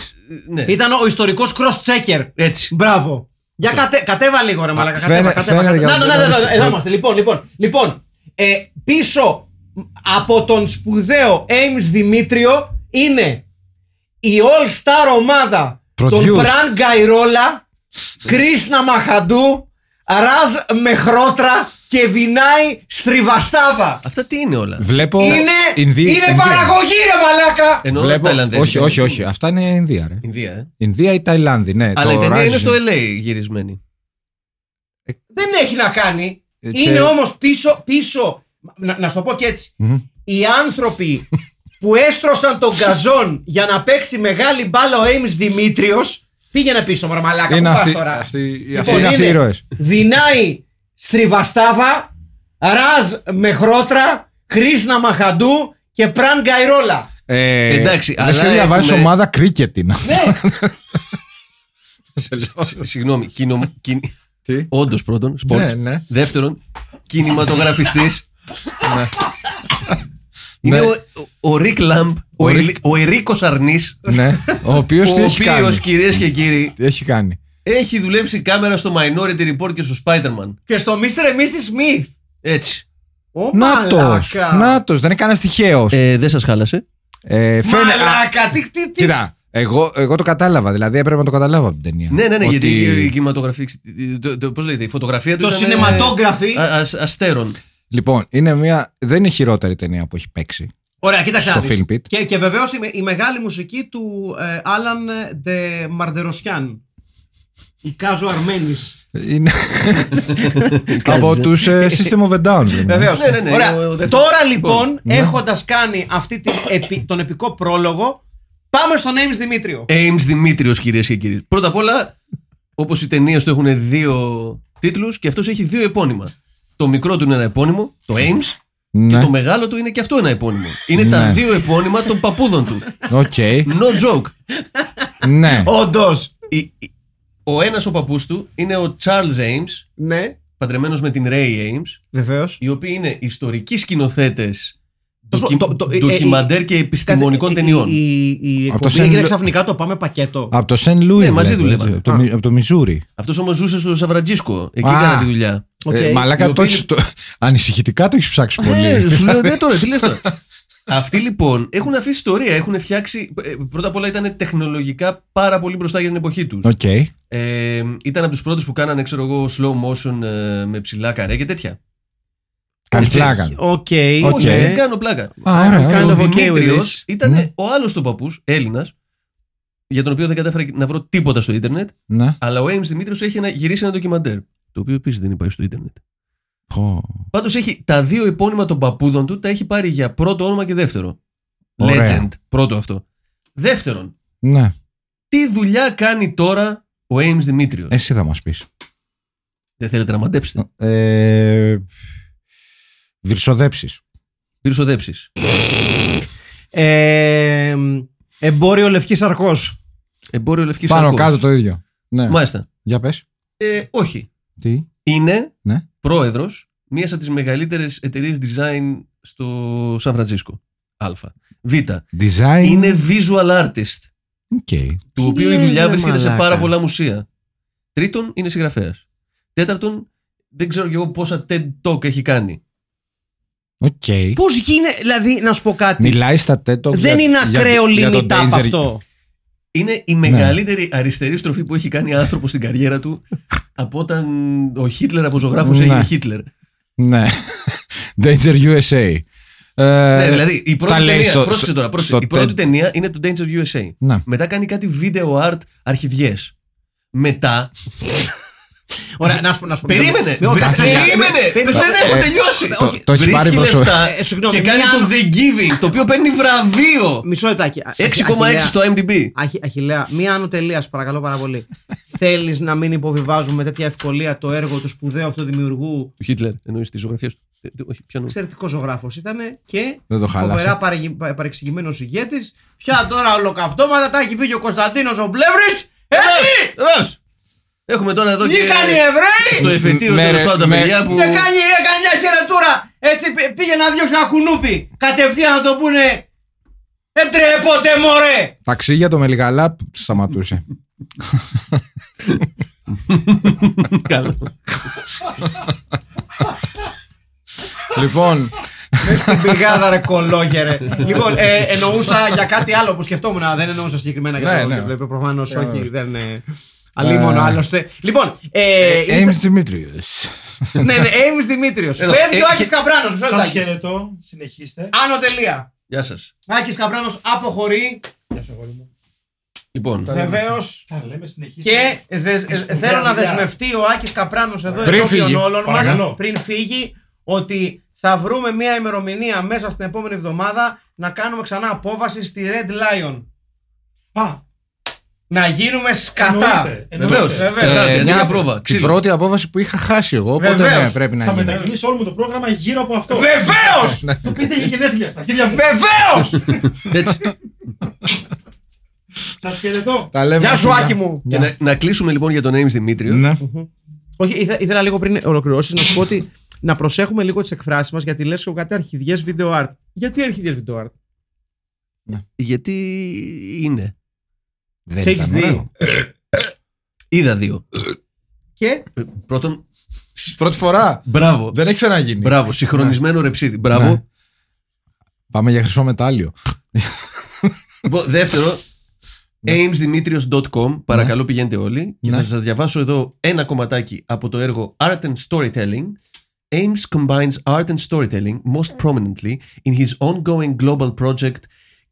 Speaker 5: Ναι,
Speaker 3: Ήταν ο ιστορικός cross-checker.
Speaker 5: έτσι.
Speaker 3: Μπράβο. Για κατε, κατέβα λίγο ρε μαλακα.
Speaker 4: Ναι. φαίνε-
Speaker 3: Κατέβα, κατέβα.
Speaker 4: φαίνεται
Speaker 3: κατέβα. Να,
Speaker 4: για να
Speaker 3: να, να,
Speaker 4: δεις-
Speaker 3: να, εδώ είμαστε. Λοιπόν, λοιπόν, λοιπόν. Ε, πίσω από τον σπουδαίο Ames Δημήτριο είναι η All Star ομάδα των
Speaker 4: Produced.
Speaker 3: Μπραν Γκαϊρόλα, Κρίσνα Μαχαντού, Ραζ Μεχρότρα και Βινάη Στριβαστάβα.
Speaker 5: Αυτά τι είναι όλα.
Speaker 4: Βλέπω.
Speaker 3: είναι
Speaker 4: Ινδί-
Speaker 3: είναι
Speaker 4: Ινδία.
Speaker 3: παραγωγή ρε μαλάκα.
Speaker 5: Εννοώ
Speaker 4: Βλέπω,
Speaker 5: Ταϊλανδέζικα.
Speaker 4: όχι, όχι, όχι. Αυτά είναι Ινδία, ρε.
Speaker 5: Ινδία, ε.
Speaker 4: Ινδία ή Ταϊλάνδη, ναι.
Speaker 5: Αλλά η
Speaker 4: το
Speaker 5: ταινία είναι
Speaker 4: Horizon.
Speaker 5: στο LA γυρισμένη.
Speaker 3: Δεν έχει να κάνει.
Speaker 4: Ε,
Speaker 3: Είναι
Speaker 4: και-
Speaker 3: όμως πίσω, πίσω. Να, να σου το πω και έτσι.
Speaker 4: Μμμ.
Speaker 3: οι άνθρωποι που έστρωσαν τον καζόν για να παίξει μεγάλη μπάλα ο Έιμς Δημήτριος πήγαινε πίσω μωρέ μαλάκα
Speaker 4: Είναι
Speaker 3: που πας
Speaker 4: αυτοί,
Speaker 3: τώρα.
Speaker 4: αυτοί,
Speaker 3: Λοιπόν,
Speaker 4: αυτοί είναι αυτοί οι ήρωες.
Speaker 3: Βινάη Στριβαστάβα Ραζ Μεχρότρα Χρίσνα Μαχαντού και Πραν Γκαϊρόλα
Speaker 4: Ε,
Speaker 5: Εντάξει,
Speaker 4: λες
Speaker 5: αλλά
Speaker 4: και διαβάζεις
Speaker 5: έχουμε-
Speaker 4: ομάδα κρίκετ είναι.
Speaker 3: Ναι,
Speaker 5: Συ- Συγγνώμη. Κοινο... Κοιν...
Speaker 4: Τι?
Speaker 5: Όντως πρώτον, σπορτ.
Speaker 4: Ναι, ναι.
Speaker 5: Δεύτερον, κινηματογραφιστής. Είναι
Speaker 4: Ναι.
Speaker 5: ο, ο Ρικ Λαμπ, ο,
Speaker 4: Ο
Speaker 5: Ερι-
Speaker 4: Ρικ-
Speaker 5: ο Ερίκο Αρνή,
Speaker 4: ναι. Ο οποίος
Speaker 5: ο
Speaker 4: τι έχει
Speaker 5: οποίος
Speaker 4: κάνει.
Speaker 5: κυρίες και κύριοι
Speaker 4: Τι έχει κάνει.
Speaker 5: έχει δουλέψει κάμερα στο Minority Report και στο Spider-Man.
Speaker 3: και στο Mr. and Mrs. Smith
Speaker 5: Έτσι.
Speaker 3: Ο
Speaker 4: Νάτος,
Speaker 3: μαλάκα.
Speaker 4: Νάτος, δεν είναι κανένα τυχαίος.
Speaker 5: Ε, δεν σας χάλασε.
Speaker 4: Ε, φαίνε, α,
Speaker 3: Μαλάκα, τι, τι, τι.
Speaker 4: κοίτα, εγώ, εγώ το κατάλαβα, δηλαδή έπρεπε να το καταλάβω από την ταινία.
Speaker 5: Ναι, ναι, ναι,
Speaker 4: Ότι-
Speaker 5: γιατί η κινηματογραφία. Πώς λέγεται, η φωτογραφία του.
Speaker 3: Το
Speaker 5: ήταν, ε,
Speaker 3: cinematography.
Speaker 5: α- ας- Αστέρων.
Speaker 4: Λοιπόν, είναι μια, δεν είναι η χειρότερη ταινία που έχει παίξει.
Speaker 3: Ωραία, κοίταξε.
Speaker 4: Στο
Speaker 3: να δεις.
Speaker 4: Film Pit.
Speaker 3: Και, και βεβαίως η, με- η μεγάλη μουσική του ε, Άλαν Ντε Μαρντεροσιάν. Η Κάζο Αρμένης.
Speaker 4: Είναι από τους ε, System of a Down. δεν είναι.
Speaker 3: Βεβαίως.
Speaker 5: Ναι, ναι, ναι, είναι ο- ο δεύτερος.
Speaker 3: Τώρα λοιπόν,
Speaker 4: Ναι.
Speaker 3: έχοντας έχοντα κάνει αυτή την, επι- τον επικό πρόλογο, πάμε στον Έιμι Δημήτριο.
Speaker 5: Ames Δημήτριος, κυρίες και κύριοι. Πρώτα απ' όλα, όπως οι ταινίες του έχουν δύο τίτλους και αυτός έχει δύο επώνυμα. Το μικρό του είναι ένα επώνυμο, το Ames, και
Speaker 4: Ναι,
Speaker 5: το μεγάλο του είναι και αυτό ένα επώνυμο. Είναι τα
Speaker 4: Ναι.
Speaker 5: δύο επώνυμα των παππούδων του.
Speaker 4: οκ,
Speaker 5: No joke.
Speaker 4: ναι.
Speaker 3: Όντως.
Speaker 5: Η- η- Ο ένας ο παππούς του είναι ο Charles Ames,
Speaker 3: Ναι,
Speaker 5: παντρεμένος με την Ray Ames,
Speaker 3: βεβαίως.
Speaker 5: οι οποίοι είναι ιστορικοί σκηνοθέτες
Speaker 3: Πώς πω, το- το- ε, ε,
Speaker 5: ντοκιμαντέρ και επιστημονικών ταινιών.
Speaker 3: Η, η, η
Speaker 4: Από το
Speaker 3: εκπομπή
Speaker 4: Saint
Speaker 3: έγινε
Speaker 4: Lu-
Speaker 3: ξαφνικά το πάμε πακέτο.
Speaker 4: Από το Σεν Λούι.
Speaker 5: Ναι, μαζί
Speaker 4: βλέπω,
Speaker 5: δουλεύανε.
Speaker 4: έτσι, Από
Speaker 3: Α.
Speaker 4: το, Μι- από το Μιζούρι.
Speaker 5: Αυτός όμως ζούσε στο Σαβρατζίσκο. Εκεί
Speaker 4: Α.
Speaker 5: έκανε τη δουλειά.
Speaker 3: Οκ.
Speaker 4: Ε,
Speaker 5: Οι
Speaker 4: μαλάκα, το
Speaker 5: οποίοι-
Speaker 4: έχεις, το, ανησυχητικά το έχεις ψάξει
Speaker 5: Ναι,
Speaker 4: πολύ.
Speaker 5: σου λέω, ναι, τώρα, τι λες τώρα. Αυτοί λοιπόν έχουν αφήσει ιστορία, έχουν φτιάξει. ε, Πρώτα απ' όλα ήταν τεχνολογικά πάρα πολύ μπροστά για την εποχή τους.
Speaker 4: Οκ.
Speaker 5: Ε, ήταν από τους πρώτους που κάνανε, ξέρω εγώ, slow motion ε, με ψηλά καρέ και τέτοια.
Speaker 4: Κάνει
Speaker 5: Έτσι.
Speaker 4: πλάκα.
Speaker 3: Οκ. Ε,
Speaker 4: Οκ.
Speaker 5: Όχι, δεν κάνω πλάκα.
Speaker 4: Α, ωραία,
Speaker 3: Kind
Speaker 5: ο
Speaker 3: of okay with
Speaker 5: Δημήτριο
Speaker 3: this.
Speaker 5: ήταν
Speaker 4: Ναι.
Speaker 5: ο άλλος του παππού, Έλληνας, για τον οποίο δεν κατάφερα να βρω τίποτα στο Ιντερνετ,
Speaker 4: Ναι.
Speaker 5: αλλά ο Έιμ Δημήτριος έχει ένα, γυρίσει ένα ντοκιμαντέρ. Το οποίο επίσης δεν υπάρχει στο Ιντερνετ.
Speaker 4: Πω.
Speaker 5: Πάντως έχει τα δύο επώνυμα των παππούδων του, τα έχει πάρει για πρώτο όνομα και δεύτερο.
Speaker 4: Ωραία.
Speaker 5: Legend, πρώτο αυτό. Δεύτερον,
Speaker 4: Ναι,
Speaker 5: τι δουλειά κάνει τώρα ο Ames Δημήτριος.
Speaker 4: εσύ θα μας πεις.
Speaker 5: Δεν θέλετε να μαντέψετε.
Speaker 4: Ε, Βυρσοδέψεις.
Speaker 5: Πυρσοδέψει.
Speaker 3: Ε, εμπόριο λευκής αρχός.
Speaker 5: Εμπόριο λευκής
Speaker 4: Πάνω κάτω το ίδιο. Ναι.
Speaker 5: Μάλιστα.
Speaker 4: Για πες.
Speaker 5: Ε, όχι.
Speaker 4: Τι.
Speaker 5: Είναι
Speaker 4: Ναι.
Speaker 5: πρόεδρος μιας από τις μεγαλύτερες εταιρείες design στο Σαν Φρανσίσκο. Α. Β.
Speaker 4: Ε, Design.
Speaker 5: Είναι visual artist,
Speaker 4: Okay.
Speaker 5: του
Speaker 3: Τι
Speaker 5: οποίου η
Speaker 3: λες,
Speaker 5: δουλειά
Speaker 3: ρε
Speaker 5: βρίσκεται σε
Speaker 3: μαλάκα.
Speaker 5: πάρα πολλά μουσεία. Τρίτον, είναι συγγραφέας. Τέταρτον, δεν ξέρω κι εγώ πόσα TED Talk έχει κάνει.
Speaker 4: Okay.
Speaker 3: Πώ γίνεται, δηλαδή, να σου πω κάτι.
Speaker 4: Μιλάει στα TED Talks
Speaker 3: Δεν
Speaker 4: για-
Speaker 3: είναι
Speaker 4: για-
Speaker 3: ακραίο
Speaker 4: για τον
Speaker 3: limit up
Speaker 4: danger-
Speaker 3: αυτό.
Speaker 5: Είναι η
Speaker 4: Ναι.
Speaker 5: μεγαλύτερη αριστερή στροφή που έχει κάνει άνθρωπο στην καριέρα του από όταν ο Χίτλερ από ζωγράφος
Speaker 4: Ναι.
Speaker 5: έγινε Χίτλερ.
Speaker 4: Ναι. Danger USA. Ε,
Speaker 5: Ναι, δηλαδή η πρώτη
Speaker 4: τα λέει
Speaker 5: ταινία.
Speaker 4: στο-
Speaker 5: πρόσεξε
Speaker 4: στο-
Speaker 5: τώρα. πρόσεξε.
Speaker 4: στο
Speaker 5: η πρώτη
Speaker 4: TED.
Speaker 5: ταινία είναι του Danger USA.
Speaker 4: Ναι.
Speaker 5: Μετά κάνει κάτι video art αρχιδιέ. Μετά.
Speaker 3: Ωραία, να σου πω. να σου πω-
Speaker 5: Περίμενε!
Speaker 3: Ναι, όχι,
Speaker 5: Βε-
Speaker 3: κάτσε, κάτσε.
Speaker 5: Περίμενε!
Speaker 3: Περίμενε.
Speaker 5: Δεν έχω
Speaker 4: Ε,
Speaker 5: τελειώσει!
Speaker 4: το-
Speaker 5: Όχι.
Speaker 4: το έχει
Speaker 5: Βρίσκεις
Speaker 4: πάρει προσω-
Speaker 5: λεφτά
Speaker 3: Ε, συγγνώμη,
Speaker 5: και κάνει
Speaker 3: μια-
Speaker 5: το The Giving, το οποίο παίρνει βραβείο!
Speaker 3: Μισό λεπτάκι.
Speaker 5: 6,6
Speaker 3: Αχιλέα.
Speaker 5: στο MDB.
Speaker 3: Αχι, Αχιλέα, μία άνω τελείας, παρακαλώ πάρα πολύ. Θέλεις να μην υποβιβάζουμε με τέτοια ευκολία το έργο του σπουδαίου αυτού δημιουργού.
Speaker 5: Του Χίτλερ, εννοείς τη ζωγραφία του. Ε, ε, Όχι, ποιον.
Speaker 3: Εξαιρετικός ζωγράφος ήταν και
Speaker 4: Δεν το χάλασε.
Speaker 3: φοβερά παρεγυ- πα- παρεξηγημένος ηγέτης. Πια τώρα ολοκαυτώματα τα έχει πει και ο Κωνσταντίνος ο Μπλεύρη. Έτσι!
Speaker 5: Ρος! Έχουμε τώρα εδώ και.
Speaker 3: Νίκαν οι Εβραίοι!
Speaker 5: Στο εφετείο
Speaker 4: Ναι,
Speaker 5: τέλο
Speaker 4: ρε,
Speaker 5: πάντων τα
Speaker 4: ναι.
Speaker 5: παιδιά που.
Speaker 3: Και κάνει, έκανε μια χαιρετούρα. Έτσι πή- πήγε να διώξει ένα κουνούπι. Κατευθείαν να το πούνε. Δεν τρέπονται, μωρέ!
Speaker 4: Ταξί για το Μελιγαλά π, σταματούσε.
Speaker 5: Καλά.
Speaker 4: λοιπόν,
Speaker 3: Μες στην πηγάδα, ρε κολόγερε. λοιπόν, ε, εννοούσα για κάτι άλλο που σκεφτόμουν, αλλά δεν εννοούσα συγκεκριμένα για
Speaker 4: Ναι,
Speaker 3: το
Speaker 4: ναι.
Speaker 3: ναι. προφανώ όχι, δεν. Ε, αλίμονο, άλλωστε. Λοιπόν, ε, ήρθε-
Speaker 4: Έμις Δημήτριος.
Speaker 3: ναι, ναι, Έιμις Δημήτριος.
Speaker 5: Εδώ,
Speaker 3: Φεύγει
Speaker 5: ε,
Speaker 3: ο Άκης
Speaker 5: και-
Speaker 3: Καπράνος. μισό
Speaker 6: Σας
Speaker 3: λεπτάκι.
Speaker 6: χαιρετώ, συνεχίστε.
Speaker 3: Άνω τελεία.
Speaker 5: Γεια σας.
Speaker 3: Άκης Καπράνος αποχωρεί,
Speaker 6: Γεια σου, αγόρι μου.
Speaker 5: Λοιπόν,
Speaker 3: βεβαίως.
Speaker 6: Τα λέμε, συνεχίστε.
Speaker 3: Και δεσ-
Speaker 6: Της
Speaker 3: ε, θέλω να
Speaker 6: δουλειά.
Speaker 3: δεσμευτεί ο Άκης Καπράνος εδώ
Speaker 4: Πριν
Speaker 3: ενώπιον
Speaker 4: φύγει.
Speaker 3: όλων μας
Speaker 6: Παρακαλώ.
Speaker 3: πριν φύγει ότι θα βρούμε μια ημερομηνία μέσα στην επόμενη εβδομάδα να κάνουμε ξανά απόβαση στη Red Lion.
Speaker 6: Α,
Speaker 3: Να γίνουμε σκατά.
Speaker 6: εννοείται, εννοείται.
Speaker 5: Βεβαίως.
Speaker 3: Βεβαίως. Ε,
Speaker 5: Τετάρτη, αντί
Speaker 4: Ε, μια-
Speaker 5: για πρόβα.
Speaker 4: Την
Speaker 5: Ξύλο.
Speaker 4: πρώτη απόφαση που είχα χάσει εγώ, οπότε
Speaker 3: Βεβαίως.
Speaker 4: ναι, πρέπει να
Speaker 6: Θα
Speaker 4: γίνει.
Speaker 6: μετακινήσω όλο μου το πρόγραμμα γύρω από αυτό.
Speaker 3: Βεβαίως!
Speaker 4: Ναι.
Speaker 6: Το πείτε για γενέθλια στα χέρια μου.
Speaker 4: Ε,
Speaker 3: Βεβαίως!
Speaker 5: Έτσι.
Speaker 6: Σας χαιρετώ.
Speaker 4: Τα λέμε
Speaker 3: Γεια σου
Speaker 4: μετά.
Speaker 3: Άκη μου!
Speaker 5: Και να, να κλείσουμε λοιπόν για τον Έιμ Δημήτριο.
Speaker 4: Ναι.
Speaker 3: Όχι, ήθε- ήθελα λίγο πριν ολοκληρώσεις να σου πω ότι να προσέχουμε λίγο τις εκφράσεις μας γιατί λες και κάτι αρχιδιές βίντεο art. Γιατί αρχιδιές βίντεο art?
Speaker 5: Γιατί είναι.
Speaker 4: Δεν
Speaker 3: Σε έχεις
Speaker 4: Ε, ήταν
Speaker 3: δει.
Speaker 4: ωραίο.
Speaker 5: Είδα δύο.
Speaker 3: Και
Speaker 5: Ε, Πρώτον,
Speaker 4: Πρώτη φορά.
Speaker 5: μπράβο.
Speaker 4: Δεν έχει ξαναγίνει.
Speaker 5: Μπράβο,
Speaker 4: Ναι.
Speaker 5: συγχρονισμένο ρεψίδι. Μπράβο.
Speaker 4: Πάμε για χρυσό μετάλλιο.
Speaker 5: Λοιπόν, Δεύτερο, aimsdimitrios.com. Παρακαλώ πηγαίνετε όλοι. Και
Speaker 4: Ναι.
Speaker 5: θα σας διαβάσω εδώ ένα κομματάκι από το έργο Art and Storytelling. Ames combines art and storytelling most prominently in his ongoing global project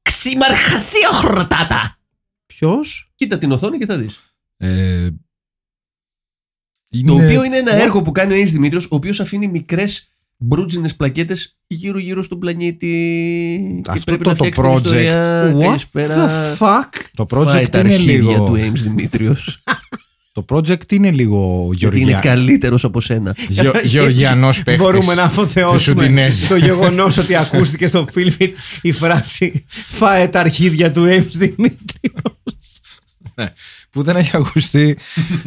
Speaker 5: Ξημαρχασίοχροτάτα.
Speaker 3: ποιος?
Speaker 5: Κοίτα την οθόνη και θα δεις.
Speaker 4: Ε,
Speaker 5: Το
Speaker 4: είναι-
Speaker 5: οποίο είναι ένα έργο που κάνει ο Έις Δημήτριος, ο οποίος αφήνει μικρές μπρούτζινες πλακέτες γύρω-γύρω στον πλανήτη. και
Speaker 4: Αυτό
Speaker 5: πρέπει
Speaker 4: το-
Speaker 5: να
Speaker 4: το
Speaker 5: φτιάξει την
Speaker 4: project.
Speaker 5: ιστορία.
Speaker 3: What
Speaker 5: Καλησπέρα.
Speaker 3: the fuck?
Speaker 4: Το
Speaker 5: Φάει
Speaker 4: project
Speaker 5: τα
Speaker 4: είναι
Speaker 5: αρχίδια
Speaker 4: λίγο.
Speaker 5: του Έιμς Δημήτριος.
Speaker 4: Το project είναι λίγο
Speaker 5: γιατί είναι
Speaker 4: γεωργια...
Speaker 5: καλύτερος από σένα.
Speaker 4: γεω- γεωργιανός παίχτης.
Speaker 3: Ε, Μπορούμε να
Speaker 4: Της
Speaker 3: αποθεώσουμε
Speaker 4: Ουντινέζη.
Speaker 3: το γεγονός ότι ακούστηκε στο Φίλιππιτ η φράση Φάε τα αρχίδια του Έιμ Δημήτρη.
Speaker 4: Ναι, που δεν έχει ακουστεί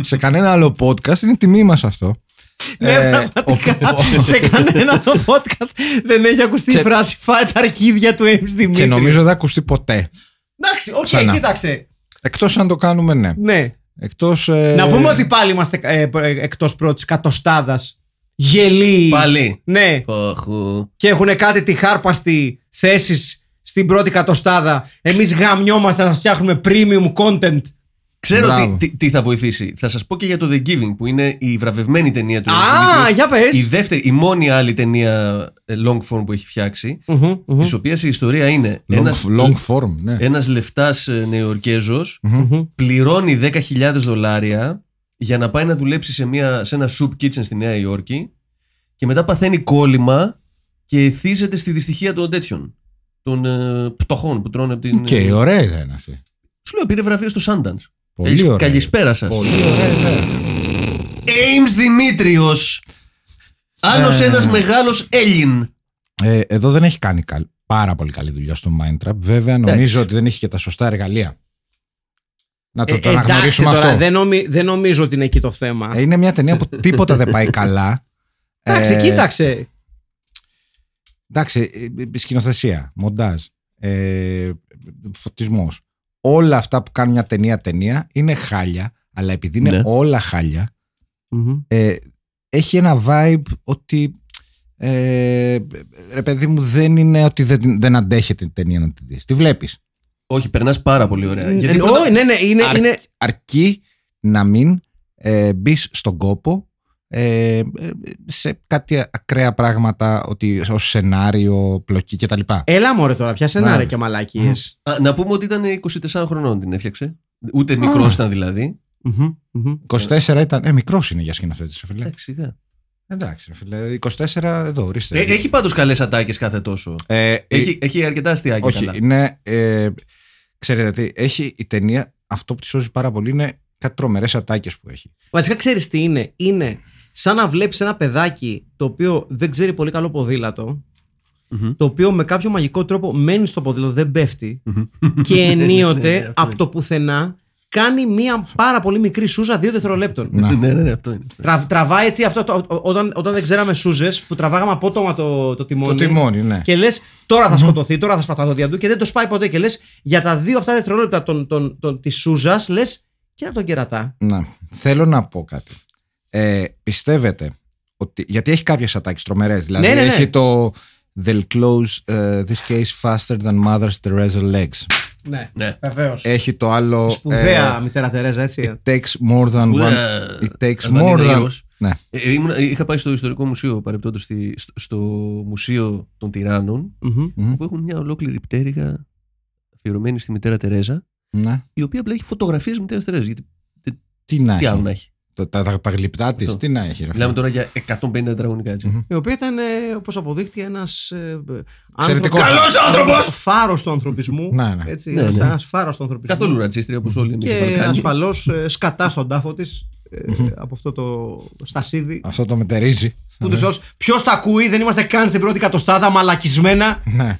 Speaker 4: σε κανένα άλλο podcast. Είναι τιμή μας αυτό.
Speaker 3: Ναι,
Speaker 4: Ε,
Speaker 3: πραγματικά
Speaker 4: ο-
Speaker 3: σε κανένα άλλο podcast δεν έχει ακουστεί η
Speaker 4: Και-
Speaker 3: φράση Φάε τα αρχίδια του Έιμ Δημήτρης.
Speaker 4: Και νομίζω δεν θα ακουστεί ποτέ.
Speaker 3: Εντάξει, οκ,
Speaker 4: Ξανά.
Speaker 3: κοίταξε.
Speaker 4: Εκτός αν το κάνουμε, ναι.
Speaker 3: Ναι.
Speaker 4: Εκτός, ε,
Speaker 3: Να πούμε ότι πάλι είμαστε ε, εκτός πρώτης κατοστάδας. Γελοί.
Speaker 5: Πάλι.
Speaker 3: Ναι.
Speaker 5: Όχου.
Speaker 3: και έχουν κάτι τη χάρπαστη θέσει στην πρώτη κατοστάδα. Εμείς γαμιόμαστε να φτιάχνουμε premium content.
Speaker 5: Ξέρω
Speaker 4: Μπράβο.
Speaker 5: τι, τι, τι θα βοηθήσει. Θα σας πω και για το The Giving που είναι η βραβευμένη ταινία του Έιμς
Speaker 3: Α,
Speaker 5: Δημήτριου.
Speaker 3: για πες.
Speaker 5: Η δεύτερη, η μόνη άλλη ταινία ε, long form που έχει φτιάξει, της οποίας η ιστορία είναι
Speaker 4: Long,
Speaker 5: ένας,
Speaker 4: long form, ναι.
Speaker 5: ένας λεφτάς ε, νεοϊορκέζος πληρώνει 10.000 δολάρια για να πάει να δουλέψει σε, μια, σε ένα soup kitchen στη Νέα Υόρκη και μετά παθαίνει κόλλημα και εθίζεται στη δυστυχία των τέτοιων. Των ε, πτωχών που τρώνε από την. ε,
Speaker 4: Οκ, ωραία ήταν αυτή.
Speaker 5: Σου λέω, πήρε βραβείο στο Sundance.
Speaker 4: Πολύ
Speaker 5: Έχεις-
Speaker 4: ωραία.
Speaker 5: Καλησπέρα σας.
Speaker 4: Πολύ ωραία, ναι.
Speaker 5: Έιμς Δημήτριος Άλλος
Speaker 4: Ε.
Speaker 5: ένας μεγάλος Έλλην.
Speaker 4: Ε, εδώ δεν έχει κάνει καλ- πάρα πολύ καλή δουλειά στο Mindtrap. Βέβαια, νομίζω ότι δεν έχει και τα σωστά εργαλεία. Να το, το αναγνωρίσουμε αυτό.
Speaker 3: Ε, Δεν, νομι- δεν νομίζω ότι είναι εκεί το θέμα.
Speaker 4: Ε, ε, Είναι μια ταινία που τίποτα δεν πάει καλά.
Speaker 3: Εντάξει,
Speaker 4: Ε,
Speaker 3: κοίταξε.
Speaker 4: Εντάξει, ε, ε, σκηνοθεσία, μοντάζ, ε, φωτισμός. Όλα αυτά που κάνουν μια ταινία ταινία είναι χάλια, αλλά επειδή είναι
Speaker 5: Ναι.
Speaker 4: όλα χάλια, ε, έχει ένα vibe ότι. Ε, ρε παιδί μου, δεν είναι ότι δεν, δεν αντέχεται η ταινία να τη δεις. Τη βλέπεις.
Speaker 5: Όχι, περνάς πάρα πολύ ωραία.
Speaker 3: Ε,
Speaker 5: Γιατί
Speaker 3: ω,
Speaker 5: πρώτα-
Speaker 3: ναι, ναι, είναι.
Speaker 4: Αρκ-
Speaker 3: είναι...
Speaker 4: Αρκεί να μην ε, μπεις στον κόπο ε, ε, σε κάτι ακραία πράγματα ότι ως σενάριο, πλοκή κτλ.
Speaker 3: Έλα μωρέ τώρα, πια σενάρια
Speaker 4: Ναι.
Speaker 3: και μαλακιες
Speaker 5: Α, να πούμε ότι ήταν 24 χρονών την έφτιαξε. Ούτε μικρός ήταν δηλαδή.
Speaker 3: Μμμ, μμμ.
Speaker 4: 24 ήταν. Ε, μικρός είναι για σκηνοθέτη, ρε φίλε.
Speaker 5: Εντάξει, σιγά.
Speaker 4: Εντάξει, ρε φίλε. 24, εδώ, ορίστε.
Speaker 5: Ε, έχει πάντως καλές ατάκες κάθε τόσο.
Speaker 4: Ε, ε,
Speaker 5: Έχει, έχει αρκετά αστεία και
Speaker 4: όχι,
Speaker 5: καλά.
Speaker 4: είναι. ε, ξέρετε τι, έχει η ταινία. Αυτό που τη σώζει πάρα πολύ είναι κάτι τρομερές ατάκες που έχει.
Speaker 3: Βασικά ξέρεις τι είναι. Είναι σαν να βλέπεις ένα παιδάκι το οποίο δεν ξέρει πολύ καλό ποδήλατο.
Speaker 5: Μμμ.
Speaker 3: Το οποίο με κάποιο μαγικό τρόπο μένει στο ποδήλατο, δεν πέφτει.
Speaker 5: Μμμ.
Speaker 3: και
Speaker 5: Ναι, ναι,
Speaker 3: ενίοτε
Speaker 5: αυτό
Speaker 3: από το πουθενά κάνει μία πάρα πολύ μικρή σούζα δύο δευτερολέπτων.
Speaker 4: Να.
Speaker 5: ναι, ναι, ναι, αυτό είναι.
Speaker 3: Τρα- τραβάει έτσι αυτό. Το, ό- όταν, όταν δεν ξέραμε σούζες που τραβάγαμε απότομα το, το τιμόνι.
Speaker 4: Το τιμόνι, ναι.
Speaker 3: Και λες, τώρα θα σκοτωθεί, τώρα θα σπαθά το διαντού και δεν το σπάει ποτέ. Και λες, για τα δύο αυτά δευτερόλεπτα των, των, των, της Σούζας, λες, κοίτα τον κερατά.
Speaker 4: Να, Ναι. θέλω να πω κάτι. Ε, πιστεύετε ότι. Γιατί έχει κάποιες ατάκες τρομερές. Δηλαδή
Speaker 3: Ναι, ναι, ναι.
Speaker 4: έχει το. They'll close ε, this case faster than mothers Teresa legs.
Speaker 3: Ναι,
Speaker 5: Ναι.
Speaker 3: βεβαίως.
Speaker 4: Έχει το άλλο.
Speaker 3: Σπουδαία
Speaker 4: ε,
Speaker 3: μητέρα Τερέζα,
Speaker 4: it
Speaker 3: έτσι.
Speaker 4: takes more than one.
Speaker 5: Σπουδαία,
Speaker 4: It takes
Speaker 5: αν
Speaker 4: more
Speaker 5: είναι
Speaker 4: than.
Speaker 5: Γάλλος.
Speaker 4: Ναι.
Speaker 5: Ε, ήμουν- είχα πάει στο ιστορικό μουσείο παρεπτόντω στο, στο μουσείο των Τυράννων
Speaker 3: Μμμ.
Speaker 4: Μμμ,
Speaker 5: που έχουν μια ολόκληρη πτέρυγα αφιερωμένη στη μητέρα Τερέζα
Speaker 4: ναι.
Speaker 5: η οποία απλά έχει φωτογραφίες μητέρας Τερέζας. Γιατί
Speaker 4: Τι να
Speaker 5: τι άλλο
Speaker 4: έχει.
Speaker 5: να έχει.
Speaker 4: Τα, τα, τα, τα γλυπτά της,
Speaker 5: Αυτό.
Speaker 4: τι να έχει. ρε
Speaker 5: Μιλάμε
Speaker 4: φίλε.
Speaker 5: τώρα για 150 τετραγωνικά έτσι.
Speaker 4: Μμμ.
Speaker 3: Η οποία ήταν, όπως αποδείχτηκε, ένας.
Speaker 4: Εξαιρετικός. Καλός
Speaker 5: άνθρωπος!
Speaker 3: Φάρος του ανθρωπισμού.
Speaker 4: Ναι, ναι.
Speaker 3: Έτσι,
Speaker 5: Ναι, ναι.
Speaker 3: ένας φάρος του ανθρωπισμού.
Speaker 5: Καθόλου ρατσίστρια όπως όλοι εμείς
Speaker 3: Και
Speaker 5: οι Βαλκάνοι.
Speaker 3: ασφαλώς σκατά στον τάφο της από αυτό το στασίδι.
Speaker 4: Αυτό το μετερίζει.
Speaker 3: Ούτω ή ποιος τα ακούει, δεν είμαστε καν στην πρώτη κατοστάδα, μαλακισμένα.
Speaker 4: Ναι.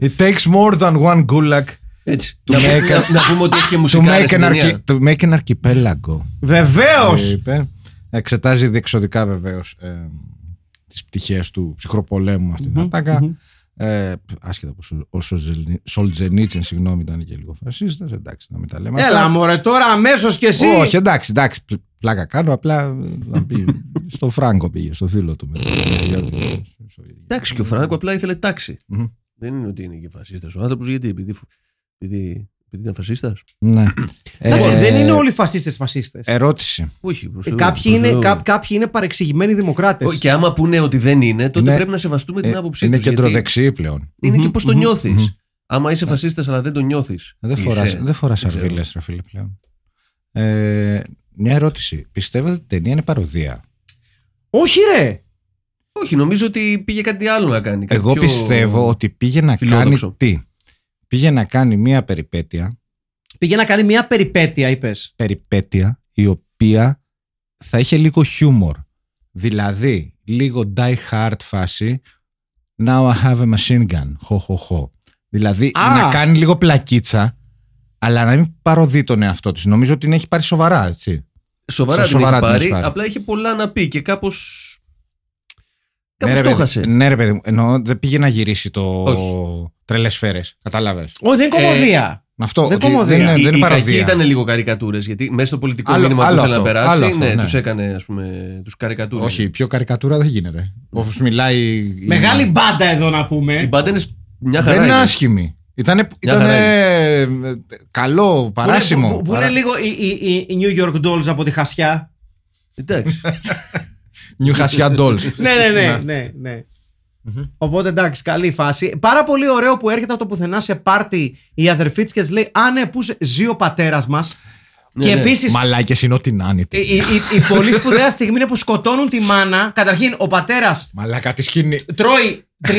Speaker 4: It takes more than one gulag
Speaker 5: Έτσι.
Speaker 4: To
Speaker 5: Να,
Speaker 4: make a-
Speaker 5: να- να πούμε ότι έχει και
Speaker 4: to
Speaker 5: μουσικά.
Speaker 4: make, an archi- to make an archipelago.
Speaker 3: Βεβαίω!
Speaker 4: Είπε. Εξετάζει διεξοδικά βεβαίως ε, τις πτυχές του ψυχροπολέμου αυτήν την ατάκα. Ε, άσχετα που ο- ο Σολζενι- Σολτζενίτσιν συγγνώμη, ήταν και λίγο φασίστας. Εντάξει, να μην τα λέμε.
Speaker 3: Έλα,
Speaker 4: αυτά.
Speaker 3: μωρέ, τώρα αμέσως κι εσύ.
Speaker 4: Όχι, εντάξει, εντάξει. πλ- Πλάκα κάνω. Απλά ε, να πει, στο Φράγκο πήγε, στο φίλο του. με το-
Speaker 5: Εντάξει, και ο Φράγκο απλά ήθελε τάξη.
Speaker 4: Μμμ.
Speaker 5: Δεν είναι ότι είναι και φασίστας ο άνθρωπος, γιατί επειδή, φο- επειδή, επειδή ήταν φασίστας.
Speaker 4: Ναι.
Speaker 3: Εντάξει,
Speaker 4: Ε,
Speaker 3: δεν είναι όλοι φασίστες φασίστες.
Speaker 4: Ερώτηση.
Speaker 5: Όχι, προς
Speaker 3: Ε,
Speaker 5: Θεού,
Speaker 3: κάποιοι,
Speaker 5: προς
Speaker 3: είναι,
Speaker 5: Θεού.
Speaker 3: κά- κάποιοι είναι παρεξηγημένοι δημοκράτες.
Speaker 5: Ω, Και άμα πούνε ότι δεν είναι, τότε
Speaker 4: Είναι-
Speaker 5: πρέπει να σεβαστούμε την
Speaker 4: Ε,
Speaker 5: άποψή του.
Speaker 4: Είναι κεντροδεξί πλέον.
Speaker 5: Είναι και
Speaker 3: Μμμ,
Speaker 5: πώς το
Speaker 3: μμμ,
Speaker 5: νιώθεις.
Speaker 4: μμμ.
Speaker 5: Άμα είσαι φασίστας αλλά δεν το νιώθεις.
Speaker 4: Δεν φοράς, δεν φοράς
Speaker 5: δεν ξέρω.
Speaker 4: αρβίλες, ρε φίλε, πλέον. Ε, μια ερώτηση. Πιστεύετε ότι η ταινία είναι παροδία.
Speaker 3: Όχι, ρε!
Speaker 5: Όχι, νομίζω ότι πήγε κάτι άλλο να κάνει. κάτι
Speaker 4: Εγώ
Speaker 5: πιο-
Speaker 4: πιστεύω ότι πήγε να
Speaker 5: φιλόδοξο.
Speaker 4: κάνει τι. Πήγε να κάνει μια περιπέτεια,
Speaker 3: Πήγε να κάνει μια περιπέτεια, είπες.
Speaker 4: περιπέτεια η οποία θα είχε λίγο χιούμορ. Δηλαδή, λίγο die hard φάση. Now I have a machine gun. Χω, χω, χω. Δηλαδή,
Speaker 3: Α!
Speaker 4: να κάνει λίγο πλακίτσα, αλλά να μην παροδεί τον εαυτό της. Νομίζω ότι την έχει πάρει σοβαρά, έτσι.
Speaker 5: Σοβαρά
Speaker 4: Σαν
Speaker 5: την
Speaker 4: σοβαρά
Speaker 5: έχει
Speaker 4: την
Speaker 5: πάρει,
Speaker 4: έχει πάρει.
Speaker 5: απλά είχε πολλά να πει και κάπως.
Speaker 4: ναι,
Speaker 5: Κάπω
Speaker 4: ρε,
Speaker 5: το
Speaker 4: παιδί-
Speaker 5: χάσε.
Speaker 4: Ναι, ρε παιδί μου. Εννοώ, δεν πήγε να γυρίσει το.
Speaker 5: Όχι.
Speaker 4: Τρελές φέρε. Κατάλαβε.
Speaker 3: Όχι, δεν είναι κομμωδία.
Speaker 4: Αυτό.
Speaker 3: Δεν
Speaker 4: ότι
Speaker 3: κομμωδία.
Speaker 4: Δεν, είναι-
Speaker 5: Οι-
Speaker 4: δεν είναι
Speaker 5: οι κακοί
Speaker 4: παροδία.
Speaker 5: ήταν λίγο καρικατούρες, γιατί μέσα στο πολιτικό
Speaker 4: Άλλο-
Speaker 5: μήνυμα
Speaker 4: άλλο
Speaker 5: που ήθελε να
Speaker 4: αυτό,
Speaker 5: περάσει,
Speaker 4: άλλο αυτό,
Speaker 5: ναι,
Speaker 4: ναι.
Speaker 5: τους έκανε ας πούμε, τους καρικατούρες.
Speaker 4: Όχι, πιο καρικατούρα δεν γίνεται. Όπως μιλάει. η-
Speaker 3: Μεγάλη μπάντα εδώ να
Speaker 5: Οι
Speaker 3: πούμε.
Speaker 5: μπάντενε μια χαρά.
Speaker 4: Δεν είναι
Speaker 5: ήταν.
Speaker 4: άσχημη. Ήταν
Speaker 5: χαρά
Speaker 4: καλό, παράσιμο.
Speaker 3: Που είναι, που- που είναι
Speaker 4: παρά-
Speaker 3: λίγο οι, οι- οι- οι New York Dolls από τη χασιά.
Speaker 5: Εντάξει.
Speaker 4: New Χασιά Dolls.
Speaker 3: ναι, ναι, ναι. ναι, ναι. Οπότε εντάξει, καλή φάση. Πάρα πολύ ωραίο που έρχεται από το πουθενά σε πάρτι η αδερφή τη και της λέει: Α, ναι, πού σε- ζει ο πατέρας μας.
Speaker 5: Ναι,
Speaker 3: και
Speaker 5: ναι.
Speaker 3: επίσης
Speaker 4: Μαλάκες είναι ό,τι να είναι.
Speaker 3: Η, η, η- η πολύ σπουδαία στιγμή είναι που σκοτώνουν τη μάνα. Καταρχήν, ο πατέρας
Speaker 4: Μαλάκα τη σκηνή.
Speaker 3: τρώει 35.000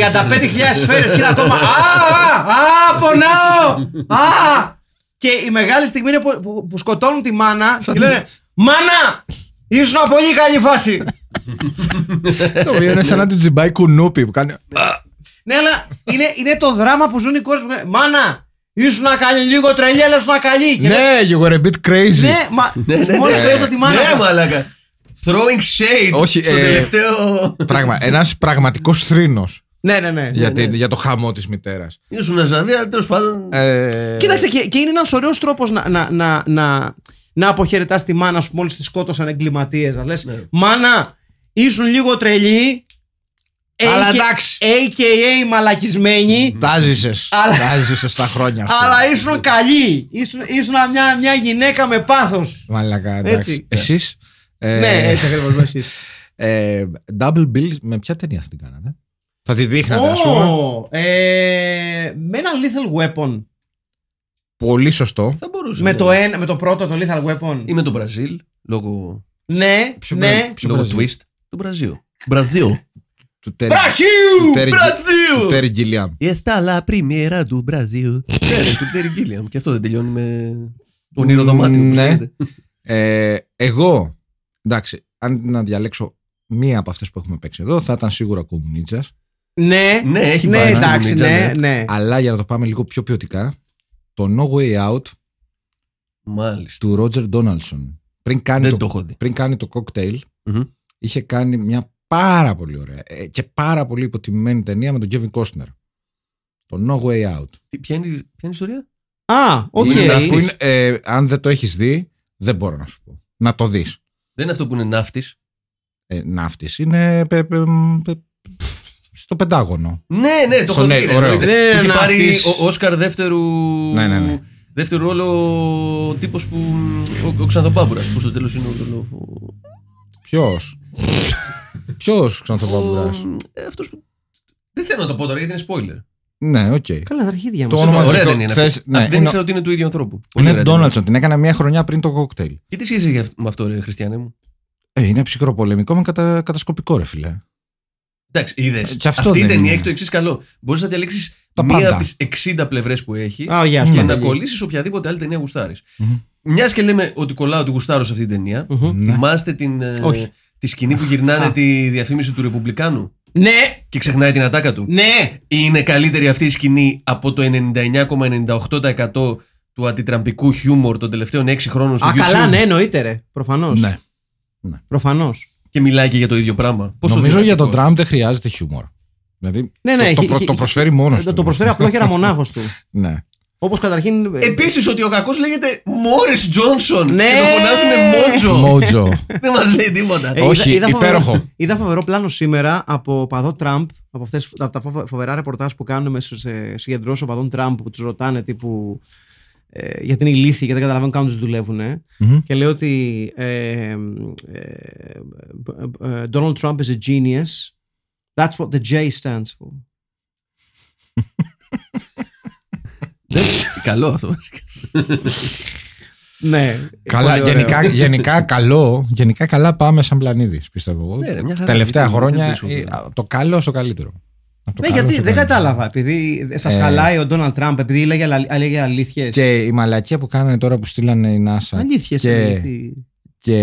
Speaker 3: σφαίρες και είναι ακόμα. Α, α, α, πονάω! Α! Και η μεγάλη στιγμή είναι που, που, που σκοτώνουν τη μάνα και λένε Μάνα! Ήσουν πολύ καλή φάση. Ε,
Speaker 4: Το οποίο είναι σαν να την τζιμπάει κουνούπι που κάνει.
Speaker 3: ναι, αλλά είναι, είναι το δράμα που ζουν οι κόρες. Μάνα! Ήσουν καλή, λίγο τρελή, αλλά ήσουν καλή. Και λες,
Speaker 4: Ναι, you were a bit crazy.
Speaker 3: ναι, μα.
Speaker 5: Ναι, ναι,
Speaker 3: Μόλις
Speaker 5: ναι.
Speaker 3: τη μάνα.
Speaker 5: Ναι,
Speaker 3: σου.
Speaker 5: μαλάκα. Throwing shade
Speaker 4: Όχι,
Speaker 5: στο
Speaker 4: ε,
Speaker 5: τελευταίο.
Speaker 4: Πράγμα, ένας πραγματικός θρήνος.
Speaker 3: Ναι, ναι, ναι.
Speaker 4: για,
Speaker 5: ναι.
Speaker 4: την- για το χαμό της μητέρας.
Speaker 5: Ήσουν αζαβία, τέλος πάντων.
Speaker 4: Ε,
Speaker 3: Κοίταξε, και, και είναι ένας ωραίος τρόπος να, να, να, να, να αποχαιρετάς τη μάνα σου μόλις τη σκότωσαν εγκληματίες. Να λες, Μάνα, ήσουν λίγο τρελή.
Speaker 4: Αλλά
Speaker 3: AK
Speaker 4: εντάξει.
Speaker 3: AKA μαλακισμένη.
Speaker 4: Τα ζήσες.
Speaker 3: ε- Αλλά-
Speaker 4: Τα ζήσες τα χρόνια αυτά.
Speaker 3: αλλά ήσουν καλή. Ήσουν, ήσουν μια, μια γυναίκα με πάθος.
Speaker 4: Μαλάκα,
Speaker 3: Έτσι.
Speaker 4: εντάξει. Εσείς. ε,
Speaker 3: ναι, έτσι ακριβώς.
Speaker 4: ε, double bill, με ποια ταινία θα την κάνατε. Θα τη δείχνατε, ας πούμε.
Speaker 3: ε, με ένα lethal weapon.
Speaker 4: Πολύ σωστό.
Speaker 5: Θα μπορούσε.
Speaker 3: Με
Speaker 5: ναι.
Speaker 3: το, εν- με το πρώτο, το lethal weapon.
Speaker 5: Ή με το Μπραζίλ, λόγω,
Speaker 3: Ναι,
Speaker 4: Ποιο
Speaker 3: ναι.
Speaker 4: Μπραζίλ? Ποιο
Speaker 5: λόγω
Speaker 4: Μπραζίλ?
Speaker 5: twist. Το Μπραζίλ. Μπραζίλ.
Speaker 4: Του Τέρι- του
Speaker 3: Μπρασιού!
Speaker 4: Τέρι- του
Speaker 5: Μπραζίλ!
Speaker 4: Τέρι Γκίλιαμ.
Speaker 5: Εστά λα πριμέρα του Μπραζίλ. Ναι, του Τέρι Γκίλιαμ. Και αυτό δεν τελειώνει με όνειρο δωμάτιο.
Speaker 4: Ναι.
Speaker 5: όπως λέγεται.
Speaker 4: Ε, εγώ, εντάξει, αν να διαλέξω μία από αυτές που έχουμε παίξει εδώ, θα ήταν σίγουρα Κομμουνίτσας.
Speaker 3: Ναι,
Speaker 5: Ναι, έχει
Speaker 3: ναι,
Speaker 5: βάρη,
Speaker 3: εντάξει,
Speaker 5: Μιτζα,
Speaker 3: ναι,
Speaker 5: ναι.
Speaker 3: ναι.
Speaker 4: Αλλά για να το πάμε λίγο πιο ποιοτικά, το No Way Out
Speaker 5: Μάλιστα.
Speaker 4: του Ρότζερ Ντόναλσον. Πριν κάνει
Speaker 5: Δεν
Speaker 4: το
Speaker 5: το έχω δει.
Speaker 4: πριν κάνει το κοκτέιλ,
Speaker 5: Μμμ.
Speaker 4: είχε κάνει μια πάρα πολύ ωραία ε, και πάρα πολύ υποτιμημένη ταινία με τον Kevin Costner. Το No Way Out.
Speaker 5: Τι- Ποια είναι η ποια είναι η ιστορία?
Speaker 3: Α, οκ.
Speaker 4: Είναι αυτό που είναι, ε, αν δεν το έχεις δει, δεν μπορώ να σου πω. Να το δεις.
Speaker 5: Δεν είναι αυτό που είναι ναύτης.
Speaker 4: Ε, ναύτης. Είναι πε- πε- πε- στο πεντάγωνο.
Speaker 5: Ναι, ναι, το έχω
Speaker 4: Στον
Speaker 5: δει.
Speaker 4: Νέι,
Speaker 5: ναι,
Speaker 4: ωραίο.
Speaker 5: εννοείται.
Speaker 3: Ναι,
Speaker 5: Που Είχε
Speaker 3: ναι,
Speaker 5: πάρει
Speaker 3: αυτής.
Speaker 5: ο Όσκαρ δεύτερου.
Speaker 4: Ναι, ναι, ναι.
Speaker 5: Δεύτερο ρόλο ο τύπος που. Ο, ο Ξανθοπάμπουρας, που στο τέλος είναι ο δολοφό.
Speaker 4: Ποιος. Ποιος ξανθοπαμπουράς.
Speaker 5: Αυτό Ε, που. Δεν θέλω να το πω τώρα γιατί είναι spoiler.
Speaker 4: ναι, οκ.
Speaker 3: Καλά, τα αρχίδια μου.
Speaker 4: Το όνομα
Speaker 5: Ωραία
Speaker 4: το-
Speaker 5: δεν είναι.
Speaker 4: θες-
Speaker 5: αυτή.
Speaker 4: ναι,
Speaker 5: Α, δεν
Speaker 4: είναι-
Speaker 5: ήξερα ότι είναι του ίδιου ανθρώπου. Πολύ
Speaker 4: Είναι
Speaker 5: ωραία ταινία.
Speaker 4: Ντόναλτσον. Την έκανα μια χρονιά πριν το κοκτέιλ.
Speaker 5: Και τι σχέση έχει αυ- με αυτό, ρε Χριστιανέ μου.
Speaker 4: Ε, είναι ψυχροπολεμικό με κατα... κατασκοπικό, ρε φιλέ.
Speaker 5: Εντάξει, είδες.
Speaker 4: Ε, κι αυτό
Speaker 5: Αυτή η
Speaker 4: δεν
Speaker 5: ταινία
Speaker 4: είναι.
Speaker 5: έχει το εξής καλό. Μπορείς να διαλέξεις
Speaker 4: Τα
Speaker 5: μία
Speaker 4: πάντα.
Speaker 5: από τις 60 πλευρές που έχει
Speaker 3: Α, γεια σου.
Speaker 5: και
Speaker 4: ναι.
Speaker 5: να κολλήσεις οποιαδήποτε άλλη ταινία γουστάρεις.
Speaker 4: Μμμ.
Speaker 5: Μιας και λέμε ότι κολλάω ότι γουστάρω σε αυτή την ταινία,
Speaker 3: Μμμ.
Speaker 4: Ναι.
Speaker 5: Θυμάστε την, ε,
Speaker 3: Όχι.
Speaker 5: τη σκηνή που γυρνάνε τη διαφήμιση του Ρεπουμπλικάνου
Speaker 3: Ναι,
Speaker 5: και ξεχνάει την ατάκα του.
Speaker 3: ναι.
Speaker 5: Είναι καλύτερη αυτή η σκηνή από το 99,98% του αντιτραμπικού χιούμορ των τελευταίων 6 χρόνων στο
Speaker 3: Α,
Speaker 5: YouTube.
Speaker 3: καλά, ναι, εννοείται, ρε. Προφανώς.
Speaker 4: Ναι.
Speaker 3: Προφανώς.
Speaker 5: Και μιλάει και για το ίδιο πράγμα. Πόσο
Speaker 4: Νομίζω για τον
Speaker 5: δυνατικός.
Speaker 4: Τραμπ δεν χρειάζεται χιούμορ. Δηλαδή
Speaker 3: Ναι, ναι,
Speaker 4: το, το,
Speaker 3: έχει-
Speaker 4: προ-
Speaker 3: έχει-
Speaker 4: το προσφέρει μόνος του.
Speaker 3: Ε, Το προσφέρει απλόχερα μονάχος του.
Speaker 4: Ναι.
Speaker 3: Όπως καταρχήν. ε,
Speaker 5: Επίσης ότι ο κακός λέγεται Μόρις Τζόνσον
Speaker 3: Ναι.
Speaker 5: και το φωνάζουνε Μότζο.
Speaker 4: Μότζο.
Speaker 5: Δεν μας λέει τίποτα.
Speaker 3: ε,
Speaker 4: όχι, υπέροχο.
Speaker 3: Φοβερό, είδα φοβερό πλάνο σήμερα από παδό Τραμπ, από αυτές, από τα φο- φοβερά ρεπορτάζ που κάνουμε σε- σε συγκεντρώσεις οπαδών Τραμπ που τους ρωτάνε τύπου. Ε, γιατί είναι ηλίθιοι και δεν καταλαβαίνουν καν τους δουλεύουν. ε.
Speaker 4: Μμμ.
Speaker 3: Και λέει ότι. Ε, ε, ε, Donald Trump is a genius. That's what the J stands for.
Speaker 5: Δεν- Καλό αυτό.
Speaker 3: Ναι.
Speaker 4: καλά,
Speaker 3: πολύ ωραίο.
Speaker 4: γενικά, γενικά, καλό, γενικά καλά πάμε σαν πλανήτη, πιστεύω εγώ.
Speaker 5: Ναι, ρε, μια χαρά.
Speaker 4: Τελευταία
Speaker 5: Δεν- δεν
Speaker 4: χρόνια
Speaker 5: πίσω.
Speaker 4: ε, από το καλό στο καλύτερο. Από το
Speaker 3: Ναι,
Speaker 4: καλό
Speaker 3: γιατί
Speaker 4: στο
Speaker 3: δεν
Speaker 4: καλύτερο.
Speaker 3: κατάλαβα. Επειδή σας
Speaker 4: Ε.
Speaker 3: χαλάει ο Ντόναλτ Τραμπ, επειδή λέγε, αλα- λέγε αλήθειες.
Speaker 4: Και η μαλακία που κάνανε τώρα που στείλανε η NASA
Speaker 3: Αλήθειες.
Speaker 4: και, και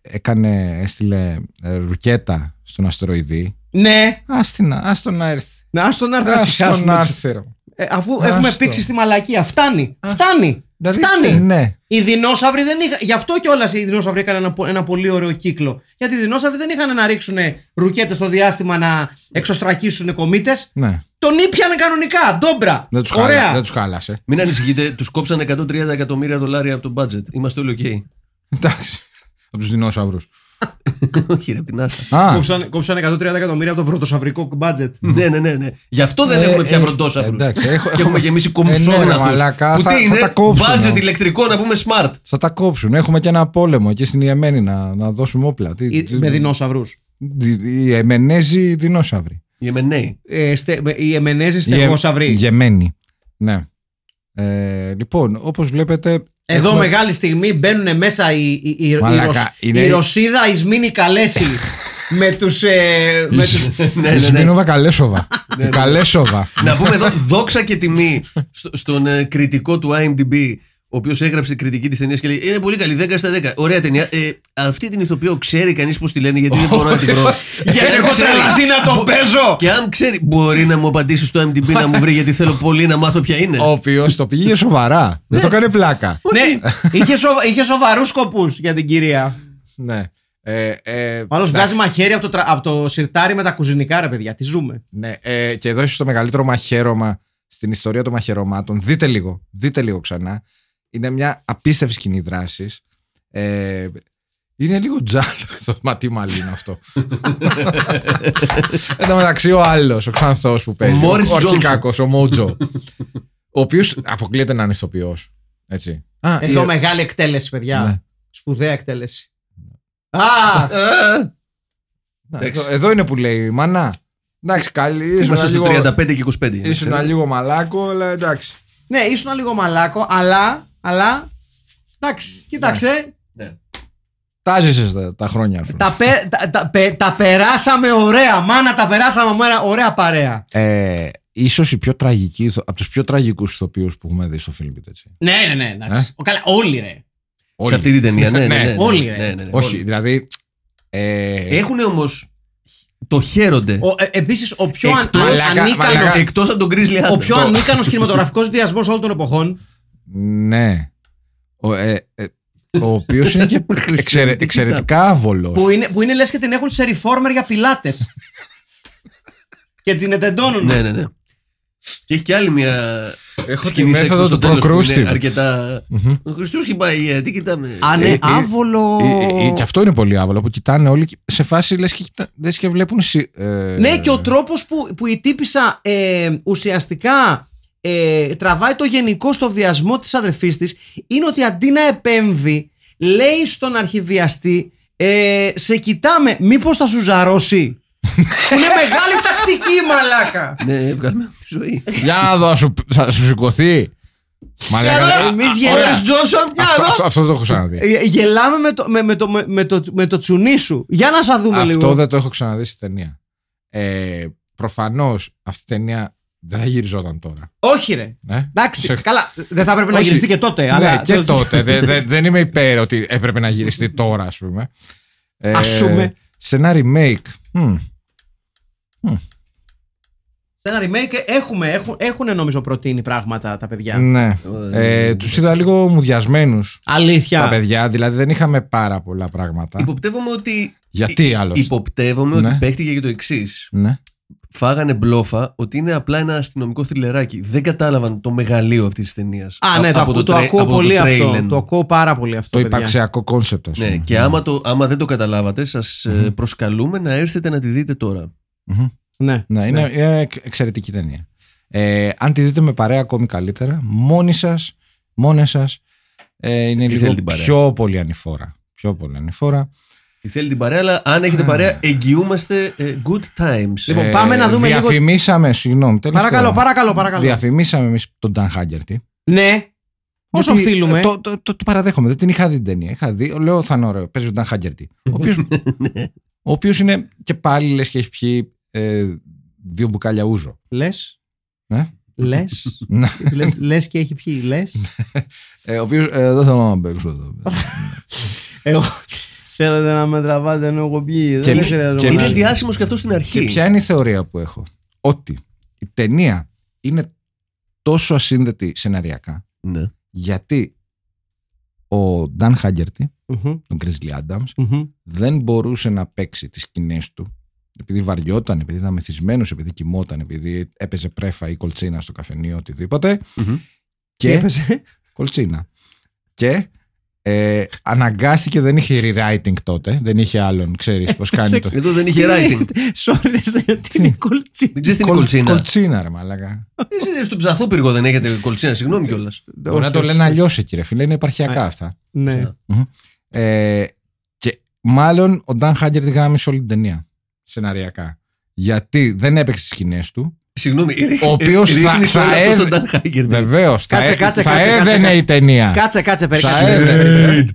Speaker 4: έκανε, έστειλε ε, ρουκέτα στον αστεροειδή.
Speaker 3: Ναι,
Speaker 4: Ας, την, ας τον να έρθει.
Speaker 3: να ας τον έρθει να
Speaker 4: Ας τον
Speaker 3: σηκάσουμε.
Speaker 4: να
Speaker 3: τους.
Speaker 4: έρθει. ρε.
Speaker 3: Ε, αφού
Speaker 4: Άστο.
Speaker 3: έχουμε πήξει στη μαλακία. Φτάνει. Φτάνει.
Speaker 4: Δηλαδή,
Speaker 3: Φτάνει.
Speaker 4: Ναι.
Speaker 3: Οι δεινόσαυροι δεν είχαν. Γι' αυτό κιόλας οι δεινόσαυροι έκαναν ένα, πο- ένα πολύ ωραίο κύκλο. Γιατί οι δεινόσαυροι δεν είχαν να ρίξουν ρουκέτες στο διάστημα να εξωστρακίσουν κομίτες.
Speaker 4: ναι.
Speaker 3: Τον ήπιανε κανονικά. Ντόμπρα.
Speaker 4: Δεν τους, χάλα,
Speaker 3: Ωραία.
Speaker 4: δεν τους χάλασε.
Speaker 5: Μην ανησυχείτε, τους κόψανε 130 εκατομμύρια δολάρια από το budget. Είμαστε όλοι ok.
Speaker 4: Εντάξει. Από τους δεινόσαυρους.
Speaker 5: Όχι, ρε, από την Άστα.
Speaker 4: Α,
Speaker 3: Κόψαν, κόψαν 130 εκατομμύρια από το βρωτοσαυρικό μπάτζετ.
Speaker 5: ναι, ναι, ναι, ναι. Γι' αυτό δεν
Speaker 4: Ε,
Speaker 5: έχουμε πια
Speaker 4: ε,
Speaker 5: βροντόσαυρους.
Speaker 4: εντάξει, έχω-
Speaker 5: Και έχουμε γεμίσει
Speaker 4: Ε, ναι, ρε,
Speaker 5: κομψόγραφου.
Speaker 4: μαλάκα,
Speaker 5: Που
Speaker 4: θα-
Speaker 5: τι
Speaker 4: θα
Speaker 5: είναι,
Speaker 4: τα κόψουν,
Speaker 5: budget
Speaker 4: ναι.
Speaker 5: ηλεκτρικό να πούμε smart.
Speaker 4: θα τα κόψουν. Έχουμε και ένα πόλεμο εκεί στην Ιεμένη να, να δώσουμε όπλα. Τι-
Speaker 3: Ή-
Speaker 4: τι-
Speaker 3: Ε, Με δεινόσαυρους.
Speaker 4: δι- Οι Ιεμενέζοι δεινόσαυροι.
Speaker 5: Η MNA.
Speaker 3: Ε, στε, με- οι Εμενέζοι
Speaker 4: Οι Ιε-
Speaker 3: στεγόσαυροι.
Speaker 4: οι Γεμένοι. Ναι. Ε, λοιπόν, όπως βλέπετε.
Speaker 3: Εδώ
Speaker 4: έχουμε-
Speaker 3: μεγάλη στιγμή μπαίνουν μέσα οι, οι, οι,
Speaker 4: Μαλάκα,
Speaker 3: η Ρωσ-
Speaker 4: είναι-
Speaker 3: η Ρωσίδα, η Σμίνη Καλέση με τους... Ε, με τους...
Speaker 5: Ναι,
Speaker 4: Η
Speaker 5: ναι, ναι.
Speaker 4: Σμίνοβα Καλέσοβα. Η
Speaker 5: ναι.
Speaker 4: Καλέσοβα.
Speaker 5: Να πούμε εδώ δόξα και τιμή στο- στον ε, κριτικό του IMDb, ο οποίος έγραψε κριτική της ταινίας και λέει Είναι πολύ καλή, 10 στα 10. Ωραία ταινία. Ε, αυτή την ηθοποιό ξέρει κανείς πώς τη λένε, γιατί δεν μπορώ να την βρω.
Speaker 3: Γιατί
Speaker 5: Και αν
Speaker 3: έχω
Speaker 5: ξέρει-
Speaker 3: τρελαθεί να το παίζω!
Speaker 5: Και αν ξέρει, μπορεί να μου απαντήσει στο IMDb να μου βρει, γιατί θέλω πολύ να μάθω ποια είναι.
Speaker 4: Ο οποίος το πήγε σοβαρά. Δεν το έκανε πλάκα.
Speaker 3: ναι, είχε, σοβα, είχε σοβαρούς σκοπούς για την κυρία.
Speaker 4: Ναι. Ε, ε,
Speaker 3: Ο άλλος
Speaker 4: εντάξει,
Speaker 3: βγάζει μαχαίρι από το, τρα- από το σιρτάρι με τα κουζινικά, ρε παιδιά. Τι ζούμε.
Speaker 4: Ναι, ε, και εδώ είσαι στο μεγαλύτερο μαχαίρωμα στην ιστορία των μαχαιρωμάτων. Δείτε λίγο, δείτε λίγο ξανά. Είναι μια απίστευτη σκηνή δράσης. Ε, είναι λίγο τζάλο το μα τι μαλλί είναι αυτό. Εν τω μεταξύ ο άλλος, ο ξανθός που παίζει.
Speaker 5: Μόρις
Speaker 4: ο
Speaker 5: Τζόνσον.
Speaker 4: αρχικάκος, ο Μότζο. ο οποίος αποκλείεται να είναι ηθοποιός. Έτσι. Α, ε, η-
Speaker 3: Ε, Εδώ μεγάλη εκτέλεση, παιδιά.
Speaker 4: Ναι.
Speaker 3: Σπουδαία εκτέλεση. Α!
Speaker 5: Ε,
Speaker 4: Να,
Speaker 5: Εντάξει.
Speaker 4: εδώ, εδώ είναι που λέει η μανά. Εντάξει, καλή. Ήσουν
Speaker 5: Είμαστε
Speaker 4: λίγο,
Speaker 5: στο Ε. 35 και 25.
Speaker 4: ήσουν
Speaker 5: έτσι.
Speaker 4: λίγο μαλάκο, αλλά εντάξει.
Speaker 3: ναι, ήσουν λίγο μαλάκο, αλλά. αλλά εντάξει, κοίταξε.
Speaker 5: Ναι.
Speaker 4: Τα ζήσες τα, τα χρόνια σου.
Speaker 3: τα, πε- τα, τα, πε- τα περάσαμε ωραία. Μάνα, τα περάσαμε ωραία, ωραία παρέα.
Speaker 4: Ε, ίσως η πιο τραγική, ηθο- από τους πιο τραγικούς ηθοποιούς που έχουμε δει στο film Beat, έτσι.
Speaker 3: Ναι, ναι, ναι. εντάξει.
Speaker 4: Ε?
Speaker 3: Ο, καλά, όλοι ρε.
Speaker 5: Σε αυτή την ταινία, ναι, ναι. ναι, ναι,
Speaker 3: Όλοι,
Speaker 5: ναι,
Speaker 3: ε.
Speaker 5: ναι, ναι,
Speaker 4: Όχι,
Speaker 5: όλοι.
Speaker 4: δηλαδή... Ε,
Speaker 5: Έχουν όμως. Το χαίρονται.
Speaker 3: Ο, ε, Επίσης, ο πιο αν-
Speaker 5: Εκτός-
Speaker 4: Μαλάκα,
Speaker 3: ανίκανος.
Speaker 4: μαλάκα.
Speaker 5: Εκτός από τον Grizzly Adams.
Speaker 3: Ο πιο ανίκανος κινηματογραφικός διασμός όλων των εποχών.
Speaker 4: Ναι. Ο, ε, ε, ο οποίος είναι και εξαιρε- εξαιρετικά άβολος.
Speaker 3: Που είναι, που είναι λες και την έχουν σε reformer για πιλάτες. και την εντεντώνουν.
Speaker 5: Ναι, ναι, ναι. Και έχει και άλλη μια.
Speaker 4: Έχω τη
Speaker 5: σκηνή σεξ
Speaker 4: μέθοδο
Speaker 5: προς το
Speaker 4: του
Speaker 5: τέλος που
Speaker 4: Προκρούστη.
Speaker 5: είναι Αρκετά. Ο Χριστού πάει, ε, τι κοιτάμε.
Speaker 3: Α,
Speaker 4: Ε,
Speaker 3: ναι,
Speaker 4: ε,
Speaker 3: άβολο.
Speaker 4: Ε, ε, ε, και αυτό είναι πολύ άβολο που κοιτάνε όλοι και- σε φάση λες και, κοιτα- λες και βλέπουν... συ- ε,
Speaker 3: Ναι, και ο τρόπος που, που η τύπησα ε, ουσιαστικά ε, τραβάει το γενικό στο βιασμό της αδερφής της είναι ότι αντί να επέμβει, λέει στον αρχιβιαστή, ε, σε κοιτάμε, μήπως θα σου ζαρώσει. Που είναι μεγάλη τακτική, μαλάκα.
Speaker 5: Ναι, βγάλουμε από τη ζωή.
Speaker 4: Για να δω, θα σου, θα σου σηκωθεί. Μαλάκα.
Speaker 3: Εμεί
Speaker 5: Ο Ρες
Speaker 3: γελάμε.
Speaker 5: Τζόνσον, για
Speaker 4: Αυτό,
Speaker 5: να δω.
Speaker 4: αυτό, αυτό το έχω ξαναδεί.
Speaker 3: Ε, Γελάμε με το, με, με το, με, με το, με το τσουνί σου. Για να σα δούμε λίγο.
Speaker 4: Αυτό δεν το έχω ξαναδεί στη ταινία. Ε, Προφανώς αυτή η ταινία δεν θα γυριζόταν τώρα.
Speaker 3: Όχι, ρε.
Speaker 4: Ναι.
Speaker 3: Εντάξει,
Speaker 4: Σε-
Speaker 3: καλά. Δεν θα έπρεπε να
Speaker 4: Όχι.
Speaker 3: γυριστεί και τότε. Ε, αλλά...
Speaker 4: Ναι, και τότε. Δε- δε- δεν είμαι υπέρ ότι έπρεπε να γυριστεί τώρα, ας πούμε. Ε,
Speaker 3: Ας πούμε.
Speaker 4: Σε ένα remake. hm, Μμμ.
Speaker 3: Σε ένα remake έχουμε, έχουν, έχουν νομίζω προτείνει πράγματα τα παιδιά.
Speaker 4: Ναι. Ε, Τους είδα λίγο μουδιασμένους τα
Speaker 3: Αλήθεια.
Speaker 4: παιδιά, δηλαδή δεν είχαμε πάρα πολλά πράγματα.
Speaker 5: Υποπτεύομαι ότι.
Speaker 4: Γιατί
Speaker 5: υ-
Speaker 4: άλλος?
Speaker 5: Υποπτεύομαι ότι
Speaker 4: Ναι.
Speaker 5: παίχτηκε για το εξής.
Speaker 4: Ναι.
Speaker 5: Φάγανε μπλόφα ότι είναι απλά ένα αστυνομικό θρυλεράκι. Δεν κατάλαβαν το μεγαλείο αυτής της ταινίας.
Speaker 3: Α, ναι, το, ακού- το ακούω πολύ αυτό. Το ακούω πάρα πολύ
Speaker 4: Το
Speaker 3: αυτό. παιδιά.
Speaker 4: υπαρξιακό κόνσεπτ, ας πούμε.
Speaker 5: Ναι, και άμα, το, άμα δεν το καταλάβατε, σας προσκαλούμε να έρθετε να τη δείτε τώρα.
Speaker 4: Μμμ.
Speaker 3: Ναι.
Speaker 4: Ναι, είναι, είναι εξ- εξαιρετική ταινία. Ε, αν τη δείτε με παρέα ακόμη καλύτερα, μόνοι σας, μόνες σας, ε, είναι
Speaker 5: Τι
Speaker 4: λίγο
Speaker 5: θέλει την παρέα.
Speaker 4: πιο πολύ ανηφόρα. Πιο πολύ ανηφόρα.
Speaker 5: Τι θέλει την παρέα, αλλά αν έχετε παρέα, εγγυούμαστε ε, good times.
Speaker 3: Λοιπόν, πάμε να δούμε λίγο-
Speaker 4: Ε, διαφημίσαμε, λίγο... συγγνώμη, τελευταίο.
Speaker 3: Παρακαλώ, παρακαλώ, παρακαλώ.
Speaker 4: Διαφημίσαμε εμείς τον Dan Haggerty.
Speaker 3: Ναι. Όσο
Speaker 4: Γιατί,
Speaker 3: οφείλουμε.
Speaker 4: ε, Το, το, το, το παραδέχομαι, δεν την είχα δει την ταινία. Είχα δει, λέω θα είναι ωραίο, παίζει ο Dan Haggerty. Ο οποίος,
Speaker 3: Ναι.
Speaker 4: ο οποίος είναι και πάλι λες και έχει πιει ε, δύο μπουκάλια ούζο.
Speaker 3: Λες.
Speaker 4: Ναι.
Speaker 3: Λες.
Speaker 4: Ναι.
Speaker 3: Λες και έχει πιει. Λες.
Speaker 4: Ε, ο οποίος ε, δεν θέλω να παίξω εδώ.
Speaker 3: Εγώ. Θέλετε να με τραβάτε ενώ έχω πιει.
Speaker 4: Και-
Speaker 3: Δεν
Speaker 4: και-
Speaker 3: χρειαζόμαστε.
Speaker 5: είναι
Speaker 4: εμένα.
Speaker 5: διάσημο και αυτό στην αρχή.
Speaker 4: Και ποια είναι η θεωρία που έχω. Ότι η ταινία είναι τόσο ασύνδετη σεναριακά
Speaker 5: Ναι.
Speaker 4: γιατί ο Νταν Χάγκερτη,
Speaker 3: Ναι. Μμμ,
Speaker 4: τον Grizzly Adams,
Speaker 3: μμμ.
Speaker 4: δεν μπορούσε να παίξει τις σκηνές του επειδή βαριόταν, επειδή ήταν μεθυσμένος, επειδή κοιμόταν, επειδή έπαιζε πρέφα ή κολτσίνα στο καφενείο, οτιδήποτε.
Speaker 5: Μμμ.
Speaker 4: Και
Speaker 3: Έπαιζε.
Speaker 4: κολτσίνα. Και ε, αναγκάστηκε, δεν είχε rewriting τότε, δεν είχε άλλον, ξέρεις
Speaker 5: Ε,
Speaker 4: πώς κάνει το...
Speaker 5: Εδώ δεν είχε writing.
Speaker 3: Sorry, στην- την κολτσί.
Speaker 5: Δεν ξέρεις την
Speaker 4: Κολ-
Speaker 5: κολτσίνα.
Speaker 4: Κολτσίνα ρε μαλάκα.
Speaker 5: Εσύ στον ψαθούπυργο δεν έχετε κολτσίνα, συγγνώμη κιόλας.
Speaker 4: Μπορεί να το
Speaker 3: Όχι,
Speaker 4: λένε αλλιώς εκεί, ρε φίλε. Είναι υπαρχιακά αυτά.
Speaker 3: Ναι.
Speaker 4: Ε, και μάλλον ο Νταν Χάγκερ τη γάμισε όλη την ταινία. Σεναριακά. Γιατί δεν έπαιξε τις σκηνές του.
Speaker 5: Συγγνώμη,
Speaker 4: Ο οποίος θα- θα
Speaker 5: αυτό στον
Speaker 4: έδ-
Speaker 5: Dan Hager.
Speaker 4: Βεβαίως. Θα,
Speaker 3: Ναι. Κάτσε,
Speaker 4: έ-
Speaker 3: κάτσε,
Speaker 4: θα
Speaker 3: κάτσε,
Speaker 4: έδαινε
Speaker 3: κάτσε,
Speaker 4: η ταινία.
Speaker 3: Κάτσε, κάτσε,
Speaker 4: Θα
Speaker 3: περίμενε.
Speaker 4: έδαινε.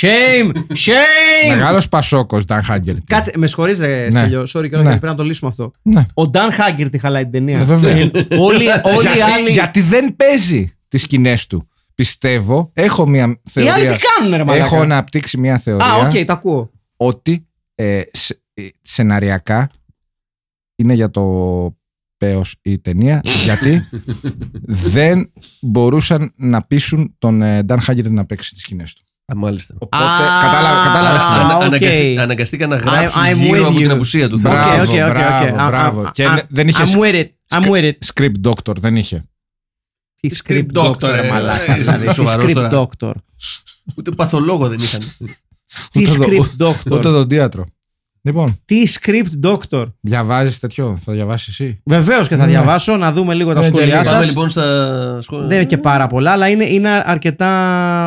Speaker 3: Shame! Shame!
Speaker 4: Μεγάλος Πασόκος Νταν Χάγκερ.
Speaker 3: Κάτσε, με συγχωρείς ρε
Speaker 4: Ναι.
Speaker 3: Στέλιο, sorry κιόλας,
Speaker 4: Ναι.
Speaker 3: γιατί πρέπει να το λύσουμε αυτό.
Speaker 4: Ναι.
Speaker 3: Ο Νταν Χάγκερ τη χαλάει την ταινία.
Speaker 4: Ε, βέβαια.
Speaker 3: Ε, Όλοι, όλοι οι
Speaker 4: γιατί,
Speaker 3: άλλοι.
Speaker 4: γιατί δεν παίζει τις σκηνές του. Πιστεύω, έχω μια
Speaker 3: Οι άλλοι
Speaker 4: θεωρία.
Speaker 3: τι κάνουν, ρε μαλάκα.
Speaker 4: έχω αναπτύξει μια θεωρία.
Speaker 3: Α, οκ, τα ακούω.
Speaker 4: ότι ε, σε- ε, σεναριακά είναι για το πέος η ταινία γιατί δεν μπορούσαν να πείσουν τον ε, Dan Haggard να παίξει τις σκηνές του.
Speaker 5: Α, μάλιστα.
Speaker 4: Οπότε κατάλαβα, κατάλαβες τι
Speaker 3: Α,
Speaker 4: λέω.
Speaker 5: Ανα-
Speaker 3: οκ.
Speaker 5: αναγκαστή- αναγκαστήκα να γράψει
Speaker 3: I'm
Speaker 5: γύρω
Speaker 3: with
Speaker 5: από
Speaker 3: you.
Speaker 5: την απουσία του.
Speaker 4: Μπράβο,
Speaker 5: Θεού.
Speaker 3: Οκ, οκ, οκ, οκ.
Speaker 4: μπράβο,
Speaker 3: Α, α,
Speaker 4: μπράβο.
Speaker 3: α,
Speaker 4: Και
Speaker 3: α,
Speaker 4: δεν είχες
Speaker 3: I'm with it. I'm with it.
Speaker 4: Script doctor, δεν είχε.
Speaker 3: Τι script
Speaker 5: doctor,
Speaker 3: doctor, ρε
Speaker 5: ε,
Speaker 3: μαλάκα.
Speaker 5: ε,
Speaker 3: δηλαδή, Τι
Speaker 5: σοβαρός
Speaker 3: script
Speaker 5: τώρα.
Speaker 3: doctor.
Speaker 5: Ούτε παθολόγο δεν είχαν.
Speaker 3: Τι
Speaker 4: Ούτε το-
Speaker 3: script
Speaker 4: Ούτε
Speaker 3: doctor.
Speaker 4: τον θέατρο. Λοιπόν,
Speaker 3: Τι script doctor.
Speaker 4: διαβάζεις τέτοιο, θα διαβάσεις εσύ.
Speaker 3: Βεβαίως και θα
Speaker 4: Ναι.
Speaker 3: διαβάσω, να δούμε λίγο τα
Speaker 4: Ναι,
Speaker 3: σχόλιά
Speaker 4: τελείως.
Speaker 5: Πάμε
Speaker 3: σα.
Speaker 5: λοιπόν στα σχόλια.
Speaker 3: Δεν είναι και πάρα πολλά, αλλά είναι, είναι αρκετά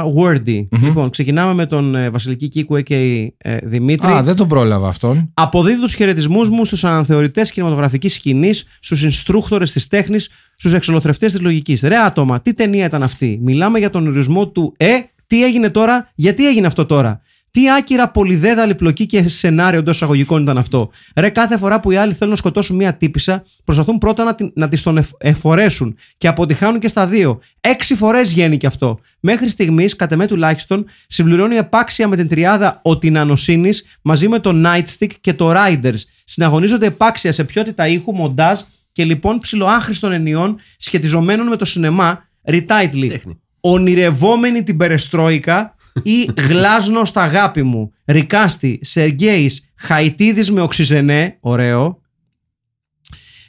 Speaker 3: wordy.
Speaker 4: Μμμ.
Speaker 3: Λοιπόν, ξεκινάμε με τον ε, Βασιλική Κίκου, a.k.a. ε, Δημήτρη.
Speaker 4: Α, δεν τον πρόλαβα αυτόν.
Speaker 3: Αποδίδω τους χαιρετισμούς μου στους αναθεωρητές κινηματογραφικής σκηνής, στους instructores της τέχνης, στους εξολοθρευτές της λογικής. Ρε άτομα, τι ταινία ήταν αυτή. Μιλάμε για τον ορισμό του Ε, τι έγινε τώρα, γιατί έγινε αυτό τώρα. Τι άκυρα πολυδέδαλη πλοκή και σενάριο εντός εισαγωγικών ήταν αυτό. Ρε, κάθε φορά που οι άλλοι θέλουν να σκοτώσουν μία τύπησα, προσπαθούν πρώτα να, την, να τη τον εφ- εφορέσουν και αποτυχάνουν και στα δύο. Έξι φορές γίνει και αυτό. Μέχρι στιγμής, κατά με τουλάχιστον, συμπληρώνει επάξια με την τριάδα ο Τινανοσύνη μαζί με το Nightstick και το Riders. Συναγωνίζονται επάξια σε ποιότητα ήχου, μοντάζ και λοιπόν ψηλοάχρηστων ενιών σχετιζομένων με το σινεμά, retitle.
Speaker 5: Τέχνη.
Speaker 3: Ονειρευόμενη την Περεστρόικα ή γλάζνο στα αγάπη μου. Ρικάστη, Σεργέης, Χαϊτίδης με οξυζενέ, ωραίο.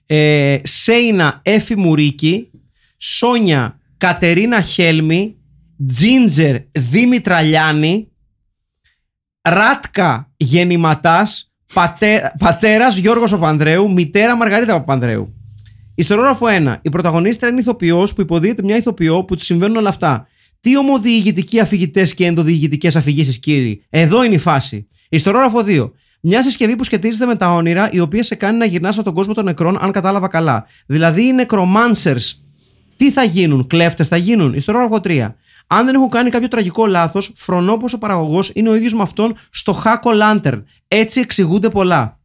Speaker 3: Ε, Σέινα Έφη Μουρίκη, Σόνια Κατερίνα Χέλμη, Τζίντζερ Δήμητρα Λιάνη, Ράτκα Γεννηματάς, πατέ, πατέρας Γιώργος Παπανδρέου, μητέρα Μαργαρίτα Παπανδρέου. Ιστερόγραφο 1. Η πρωταγωνίστρια είναι ηθοποιός που υποδίεται μια ηθοποιό που της συμβαίνουν όλα αυτά. Τι ομοδιηγητικοί αφηγητές και ενδοδιηγητικές αφηγήσεις, κύριοι. Εδώ είναι η φάση. Ιστερόγραφο 2. Μια συσκευή που σχετίζεται με τα όνειρα, η οποία σε κάνει να γυρνάς από τον κόσμο των νεκρών, αν κατάλαβα καλά. Δηλαδή οι necromancers. Τι θα γίνουν, κλέφτες θα γίνουν. Ιστερόγραφο 3. Αν δεν έχουν κάνει κάποιο τραγικό λάθος, φρονώ πως ο παραγωγός είναι ο ίδιος με αυτόν στο Χάκο Lantern. Έτσι εξηγούνται πολλά.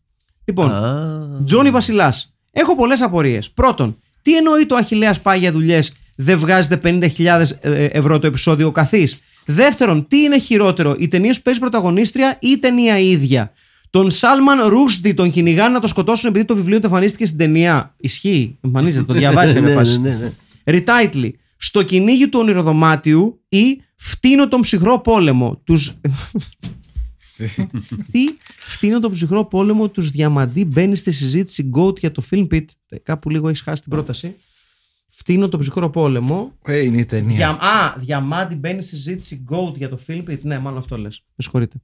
Speaker 3: Λοιπόν,
Speaker 5: Α,
Speaker 3: Τζόνι Βασιλάς. Έχω πολλές απορίες. Πρώτον, τι εννοεί το Αχηλέα πάει για δουλειές, δεν βγάζετε 50.000 ε, ευρώ το επεισόδιο ο καθής. Δεύτερον, τι είναι χειρότερο, η ταινία σου παίζει πρωταγωνίστρια ή η ταινία η ίδια. Τον Σάλμαν Ρούσντι τον κυνηγάνε να το σκοτώσουν επειδή το βιβλίο του εμφανίστηκε στην ταινία. Ισχύει, εμφανίζεται, το διαβάζει
Speaker 5: ναι,
Speaker 3: κάποια φάση.
Speaker 5: ναι, ναι, ναι.
Speaker 3: Retitle. Στο κυνήγι του ονειροδωμάτιου ή φτύνω τον ψυχρό πόλεμο. Τους... Τι φτύνω τον ψυχρό πόλεμο τους διαμαντί μπαίνει στη συζήτηση Goat για το film pit. Ε, Κάπου λίγο έχεις χάσει την πρόταση. Φτύνω τον ψυχρό πόλεμο.
Speaker 4: Ε, είναι η ταινία.
Speaker 3: Δια... Α, διαμάντι μπαίνει στη συζήτηση Goat για το film pit. Ναι, μάλλον αυτό λες. Με συγχωρείτε.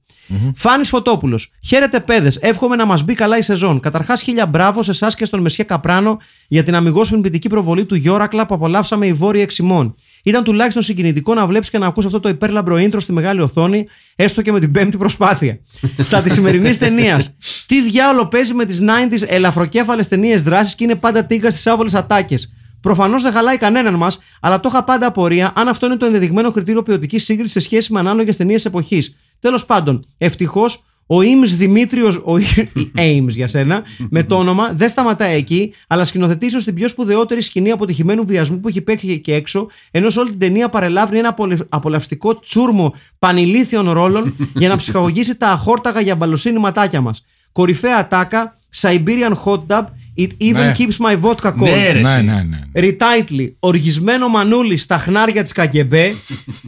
Speaker 3: Φάνης Φωτόπουλος. Χαίρετε παιδες. Εύχομαι να μας μπει καλά η σεζόν. Καταρχάς χίλια μπράβο σε εσάς και στον Μεσχέ Καπράνο για την αμυγός φιλμπιτική προβολή του Γιώρακλα που απολαύσαμε οι Βόρειοι Εξημών. Ήταν τουλάχιστον συγκινητικό να βλέπεις και να ακούς αυτό το υπέρλαμπρο intro στη μεγάλη οθόνη, έστω και με την πέμπτη προσπάθεια. Στα της σημερινής ταινίας. Τι διάολο παίζει με τις 90s ελαφροκέφαλες ταινίες δράσης και είναι πάντα τίγκα στις άβολες ατάκες. Προφανώς δεν χαλάει κανέναν μας, αλλά το είχα πάντα απορία αν αυτό είναι το ενδεδειγμένο κριτήριο ποιοτικής σύγκρισης σε σχέση με ανάλογες ταινίες εποχής. Τέλος πάντων, ευτυχώς ο Ήμς Δημήτριος, ο Ames για σένα, με το όνομα, δεν σταματάει εκεί, αλλά σκηνοθετεί ίσω την πιο σπουδαιότερη σκηνή αποτυχημένου βιασμού που έχει παίξει και έξω, ενώ σε όλη την ταινία παρελάβει ένα απολευ- απολαυστικό τσούρμο πανηλήθιων ρόλων για να ψυχαγωγήσει τα αχόρταγα για μπαλοσύνη ματάκια μας. Κορυφαία ατάκα, Siberian hot tub, it even
Speaker 4: Ναι.
Speaker 3: keeps my vodka cold.
Speaker 5: Ναι, ρε,
Speaker 4: Ναι,
Speaker 5: εσύ.
Speaker 4: ναι, ναι.
Speaker 3: Ριτάιτλι, οργισμένο μανούλι στα χνάρια της Καγκεμπέ,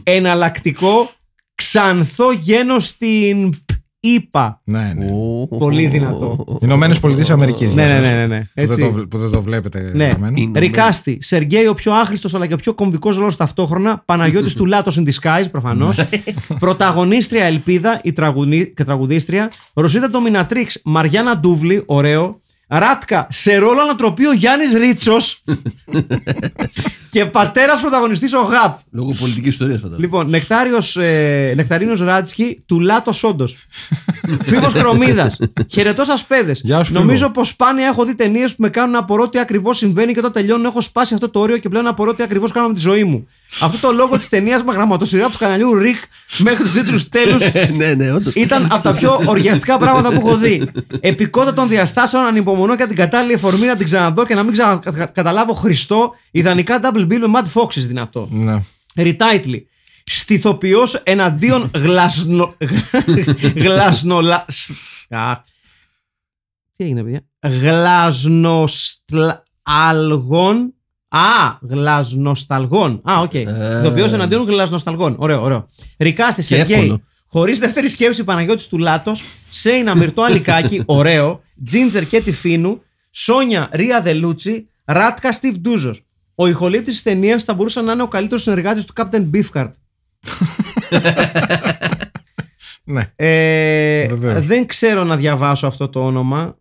Speaker 3: εναλλακτικό, ξανθό γένος στην π- ΙΠΑ.
Speaker 4: ναι, ναι.
Speaker 5: Ω,
Speaker 3: Πολύ δυνατό.
Speaker 4: Ηνωμένες Πολιτείες Αμερικής.
Speaker 3: Ναι,
Speaker 4: για
Speaker 3: ναι,
Speaker 4: σας,
Speaker 3: ναι, ναι, ναι.
Speaker 4: Που, δεν το,
Speaker 3: Έτσι.
Speaker 4: βλέ- που δεν το βλέπετε.
Speaker 3: Ναι.
Speaker 4: δεδομένου.
Speaker 5: Είναι-
Speaker 3: Ρικάστη, Σεργέη ο πιο άχρηστος αλλά και ο πιο κομβικός ρόλος ταυτόχρονα, Παναγιώτης του Λάτος in disguise προφανώς, πρωταγωνίστρια Ελπίδα η τραγουδί- και τραγουδίστρια, Ρωσίτα Ντομινατρίξ, Μαριάννα Ντούβλη, ωραίο, Ράτκα, σε ρόλο ανατροπή ο Γιάννης Ρίτσος και πατέρας πρωταγωνιστής ο Γαπ.
Speaker 5: Λόγω πολιτικής ιστορίας φαντάζομαι.
Speaker 3: Λοιπόν, νεκτάριος, ε, νεκταρίνος Ράτσκι, του Λάτο Όντο. Φίβο Κρομίδα. Χαιρετώ σα, παιδες.
Speaker 4: Γεια σου, Φίβο.
Speaker 3: Νομίζω πως σπάνια έχω δει ταινίες που με κάνουν να απορώ τι ακριβώς συμβαίνει και όταν τελειώνω έχω σπάσει αυτό το όριο και πλέον απορώ τι ακριβώς κάνω με τη ζωή μου. Αυτό το λόγο της ταινίας με γραμματοσυρά τους καναλιού Ρικ μέχρι τους τίτλους τέλους
Speaker 5: ναι, ναι, όντως.
Speaker 3: ήταν από τα πιο οριαστικά πράγματα που έχω δει. Επικότητα των διαστάσεων, ανυπομονώ και την κατάλληλη εφορμή να την ξαναδώ και να μην ξα... κα- καταλάβω Χριστό. Ιδανικά double bill με Mad Foxes δυνατό.
Speaker 4: Ναι.
Speaker 3: Ριτάιτλι. Στιθοποιός εναντίον γλασνο. γλασνολα. σ- Α. Τι έγινε, παιδιά. Γλασνοσταλγών Α, γλασνοσταλγών. Α, οκ.
Speaker 5: Ε.
Speaker 3: Ηθοποιό εναντίον γλασνοσταλγών. Ωραίο, ωραίο. Ρικά στη
Speaker 5: Και
Speaker 3: Σεργέη.
Speaker 5: εύκολο.
Speaker 3: Χωρίς δεύτερη σκέψη Παναγιώτης του Λάτος, Σέινα Μυρτό Αλικάκη, ωραίο. Τζίντζερ και Τιφίνου, Σόνια Ρία Δελούτσι, Ράτκα Στιβ Ντούζος. Ο ηχολήπτης της ταινίας θα μπορούσε να είναι ο καλύτερος συνεργάτης του Captain Beefheart.
Speaker 4: Ναι.
Speaker 3: Ε,
Speaker 4: Βεβαίως.
Speaker 3: δεν ξέρω να διαβάσω αυτό το όνομα.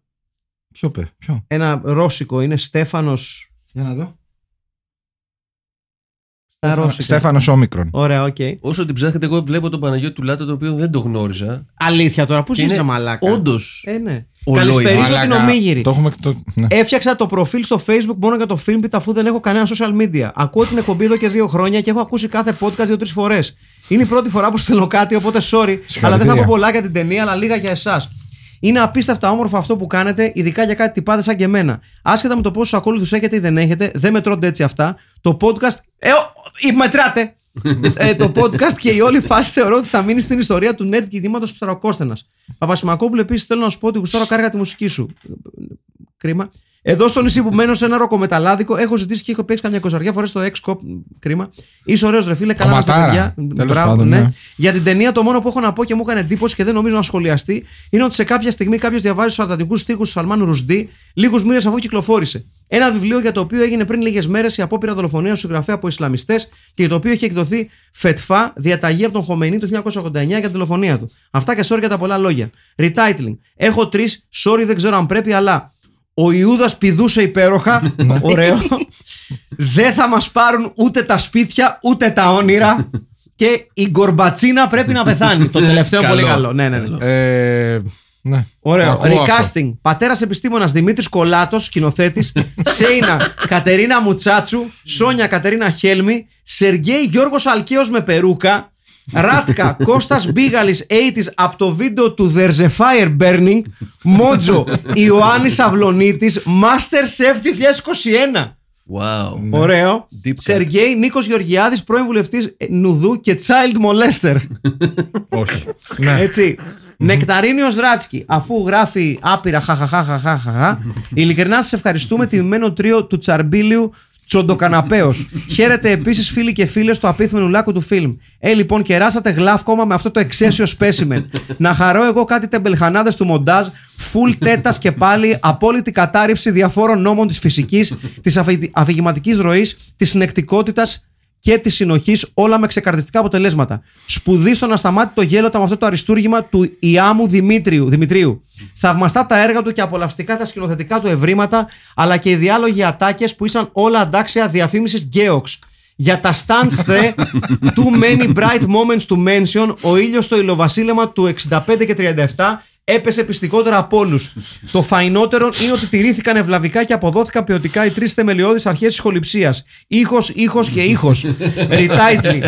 Speaker 4: Ποιο πε, ποιο.
Speaker 3: Ένα ρώσικο είναι Στέφανος
Speaker 4: Για να δω.
Speaker 3: Στα ρώσικα.
Speaker 4: Στέφανος Όμικρον.
Speaker 3: Ωραία, οκ.
Speaker 5: Όσο την ψάχνετε, εγώ βλέπω τον Παναγιώτη του Λάτα, το οποίο δεν το γνώριζα.
Speaker 3: Αλήθεια τώρα, πού
Speaker 5: Και
Speaker 3: είσαι
Speaker 5: είναι
Speaker 3: μαλάκα.
Speaker 5: Όντως.
Speaker 3: Ε, ναι.
Speaker 5: Ολόι,
Speaker 3: Καλησπέριζω την
Speaker 4: Μαλάκα,
Speaker 3: ομίγυρη.
Speaker 4: Το έχουμε. Το... Ναι.
Speaker 3: Έφτιαξα το προφίλ στο facebook μόνο για το Filmbit αφού δεν έχω κανένα social media. Ακούω την εκπομπή εδώ και δύο χρόνια και έχω ακούσει κάθε podcast δύο-τρει φορές. Είναι η πρώτη φορά που στέλνω κάτι, οπότε sorry, αλλά δεν θα πω πολλά για την ταινία, αλλά λίγα για εσάς. Είναι απίστευτα όμορφο αυτό που κάνετε, ειδικά για κάτι τυπάδες σαν και εμένα. Άσχετα με το πόσου ακόλουθους έχετε ή δεν έχετε, δεν μετρώνται έτσι αυτά. Το podcast. Ε, ο- ε, μετράτε! ε, το podcast και η όλη φάση θεωρώ ότι θα μείνει στην ιστορία του net κινήματο Ψαροκόστενα. Παπασημακόπουλο, επίσης θέλω να σου πω ότι γουστάρω κάργα τη μουσική σου. Κρίμα. Εδώ στο νησί που μένω σε ένα ροκομεταλλάδικο έχω ζητήσει και έχω παίξει καμιά κοσαριά φορές στο Excop. Κρίμα. Είσαι ωραίος ρε φίλε, καλά μας τα παιδιά.
Speaker 4: Κομματάρα. Τέλος πάντων, ναι.
Speaker 3: Για την ταινία, το μόνο που έχω να πω και μου έκανε εντύπωση και δεν νομίζω να σχολιαστεί είναι ότι σε κάποια στιγμή κάποιος διαβάζει του αρτατικού στίχους του Σαλμάν Ρουσντί λίγους μήνες αφού κυκλοφόρησε. Ένα βιβλίο για το οποίο έγινε πριν λίγες μέρες η απόπειρα δολοφονίας του συγγραφέα από Ισλαμιστές και για το οποίο είχε εκδοθεί φετφά διαταγή από τον Χομενή το 1989 για τη δολοφονία του. Αυτά και sorry για τα πολλά λόγια. Retitling. Έχω τρεις, sorry δεν ξέρω αν πρέπει, αλλά. Ο Ιούδας πηδούσε υπέροχα. Ωραίο. Δεν θα μας πάρουν ούτε τα σπίτια, ούτε τα όνειρα. Και η Γκορμπατσίνα πρέπει να πεθάνει. Το τελευταίο πολύ
Speaker 5: Καλό.
Speaker 3: καλό. Ναι, ναι, ναι.
Speaker 5: Καλό.
Speaker 4: Ε, ναι. Το
Speaker 3: Ωραίο.
Speaker 4: ακούω αυτό.
Speaker 3: Recasting. Πατέρας επιστήμονας Δημήτρης Κολάτος, σκηνοθέτης. Σέινα Κατερίνα Μουτσάτσου. Σόνια Κατερίνα Χέλμη. Σεργέη Γιώργος Αλκαίος με περούκα. Ράτκα Κώστας Μπίγαλης 80's από το βίντεο του There's a Fire Burning Μότζο Ιωάννης Αυλονίτης Master Chef 2021
Speaker 5: Wow.
Speaker 3: Ωραίο.
Speaker 5: Ναι. Deep cut.
Speaker 3: Σεργέη Νίκος Γεωργιάδης, πρώην βουλευτής Νουδού και child molester.
Speaker 4: Όχι. ναι.
Speaker 3: Έτσι. Νεκταρίνιος Ράτσκι, αφού γράφει άπειρα χαχαχαχαχαχα, ειλικρινά σας ευχαριστούμε τιμημένο τρίο του Τσαρμπίλιου Τσοντοκαναπέος. Χαίρετε επίσης φίλοι και φίλες του απίθμενου λάκου του φιλμ. Ε, λοιπόν, κεράσατε γλαύκομα με αυτό το εξαίσιο σπέσιμεν. Να χαρώ εγώ κάτι τεμπελχανάδες του μοντάζ, φουλ τέτας και πάλι, απόλυτη κατάρριψη διαφόρων νόμων της φυσικής, της αφηγηματικής ροής, της συνεκτικότητας και της συνοχής, όλα με ξεκαρδιστικά αποτελέσματα. Σπουδή στο να σταμάτη το γέλοτα με αυτό το αριστούργημα του Ιάμου Δημήτριου, Δημητρίου. Θαυμαστά τα έργα του και απολαυστικά τα σκηνοθετικά του ευρήματα, αλλά και οι διάλογοι ατάκες που ήσαν όλα αντάξια διαφήμισης Γκέοξ. Για τα stunts δε, too many bright moments to mention, ο ήλιος στο υλοβασίλεμα του 65 και 37 έπεσε πιστικότερα από όλους. Το φαϊνότερο είναι ότι τηρήθηκαν ευλαβικά και αποδόθηκαν ποιοτικά οι τρεις θεμελιώδεις αρχές της χοληψία. Ήχος, ήχος και ήχος. Ριτάιτλι.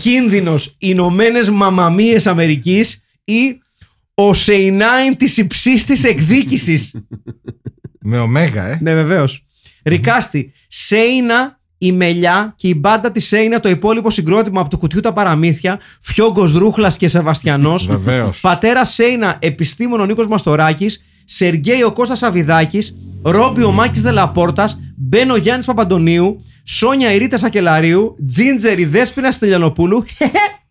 Speaker 3: Κίνδυνος. Ηνωμένες Μαμαμίες Αμερικής ή ο Σεϊνάιν της υψίστης εκδίκησης.
Speaker 4: Με ωμέγα, ε.
Speaker 3: Ναι, βεβαίως. Ρικάστη. Σέινα, η μελιά και η μπάντα της Σέινα, το υπόλοιπο συγκρότημα από το κουτιού τα παραμύθια, Φιόγκος Ρούχλας και Σεβαστιανός.
Speaker 4: Βεβαίως.
Speaker 3: Πατέρα Σέινα, επιστήμονο Νίκος Μαστοράκης. Σεργέη ο Κώστας Αβιδάκη. Ρόμπι ο Μάκης Δελαπόρτας. Μπένο Γιάννης Παπαντονίου. Σόνια η Ρίτα Σακελαρίου. Τζίντζερ η Δέσπινα Στυλιανοπούλου.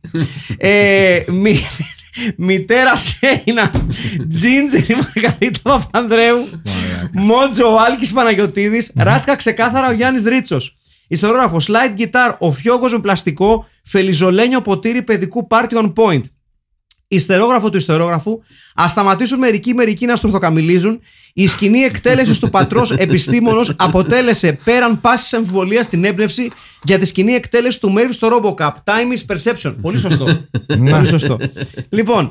Speaker 3: ε, μη- μητέρα Σέινα. Τζίντζερ η Μαργαρίτα Παπανδρέου. Μόντζο ο Άλκη Παναγιοτήδη. Ράτκα ξεκάθαρα ο Γιάννης Ρίτσος. Ιστορόγραφο, slide guitar, ο Φιόγκος με πλαστικό, φελιζολένιο ποτήρι παιδικού party on point ιστερόγραφο του ιστερόγραφου, ας σταματήσουν μερικοί μερικοί να στουρθοκαμιλίζουν. Η σκηνή εκτέλεσης του πατρός επιστήμονος αποτέλεσε πέραν πάσης εμφιβολίας στην έμπνευση για τη σκηνή εκτέλεσης του Μέρβι στο Robocop. Time is perception. Πολύ σωστό.
Speaker 4: Ναι.
Speaker 3: Πολύ σωστό. λοιπόν,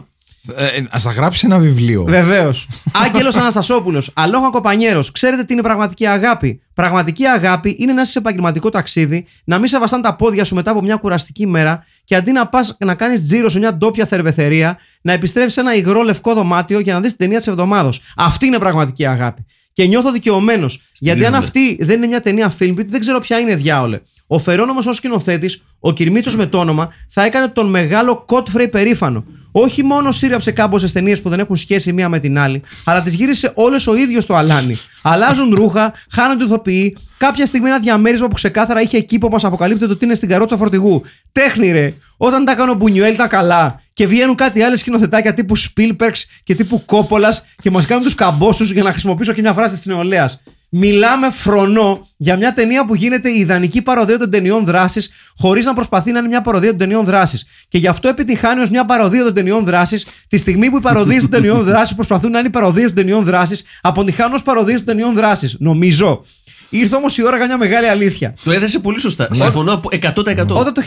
Speaker 4: Α Ε, τα γράψει ένα βιβλίο.
Speaker 3: Βεβαίως. Άγγελος Αναστασόπουλος, αλόγα κοπανιέρο, ξέρετε τι είναι πραγματική αγάπη. Πραγματική αγάπη είναι να είσαι σε επαγγελματικό ταξίδι, να μην σε βαστάν τα πόδια σου μετά από μια κουραστική μέρα και αντί να πας να κάνεις τζίρο σε μια ντόπια θερβεθερία, να επιστρέψεις σε ένα υγρό λευκό δωμάτιο για να δεις την ταινία της εβδομάδα. Αυτή είναι πραγματική αγάπη. Και νιώθω δικαιωμένος. Γιατί αν αυτή δεν είναι μια ταινία Filmbit, δεν ξέρω ποια είναι διάολε. Ο Φερόν όμως ως σκηνοθέτης, ο Κυρμίτσο με το όνομα, θα έκανε τον μεγάλο Κότφρεϊ περήφανο. Όχι μόνο σύρραψε κάμποσε ταινίε που δεν έχουν σχέση μία με την άλλη, αλλά τις γύρισε όλες ο ίδιος το αλάνι. Αλλάζουν ρούχα, χάνονται ηθοποιοί. Κάποια στιγμή ένα διαμέρισμα που ξεκάθαρα είχε εκεί που μας αποκαλύπτεται ότι είναι στην καρότσα φορτηγού. Τέχνη ρε, όταν τα έκανε ο Μπουνιουέλ τα καλά και βγαίνουν κάτι άλλες σκηνοθετάκια τύπου Σπίλπερξ και τύπου Κόπολα και μας κάνουν τους καμπόσου για να χρησιμοποιήσω και μια φράση της νεολαίας. Μιλάμε φρονό για μια ταινία που γίνεται η ιδανική παροδία των ταινιών δράσης, χωρίς να προσπαθεί να είναι μια παροδία των ταινιών δράσης. Και γι' αυτό επιτυχάνει ως μια παροδία των ταινιών δράσης, τη στιγμή που οι παροδίες των ταινιών δράσης προσπαθούν να είναι οι παροδίες των ταινιών δράσης, αποτυχάνουν ως παροδίες των ταινιών δράσης. Νομίζω. Ήρθε όμως η ώρα για μια μεγάλη αλήθεια.
Speaker 5: Το έδεσε πολύ σωστά. Συμφωνώ από 100%.
Speaker 3: Ναι. Όταν το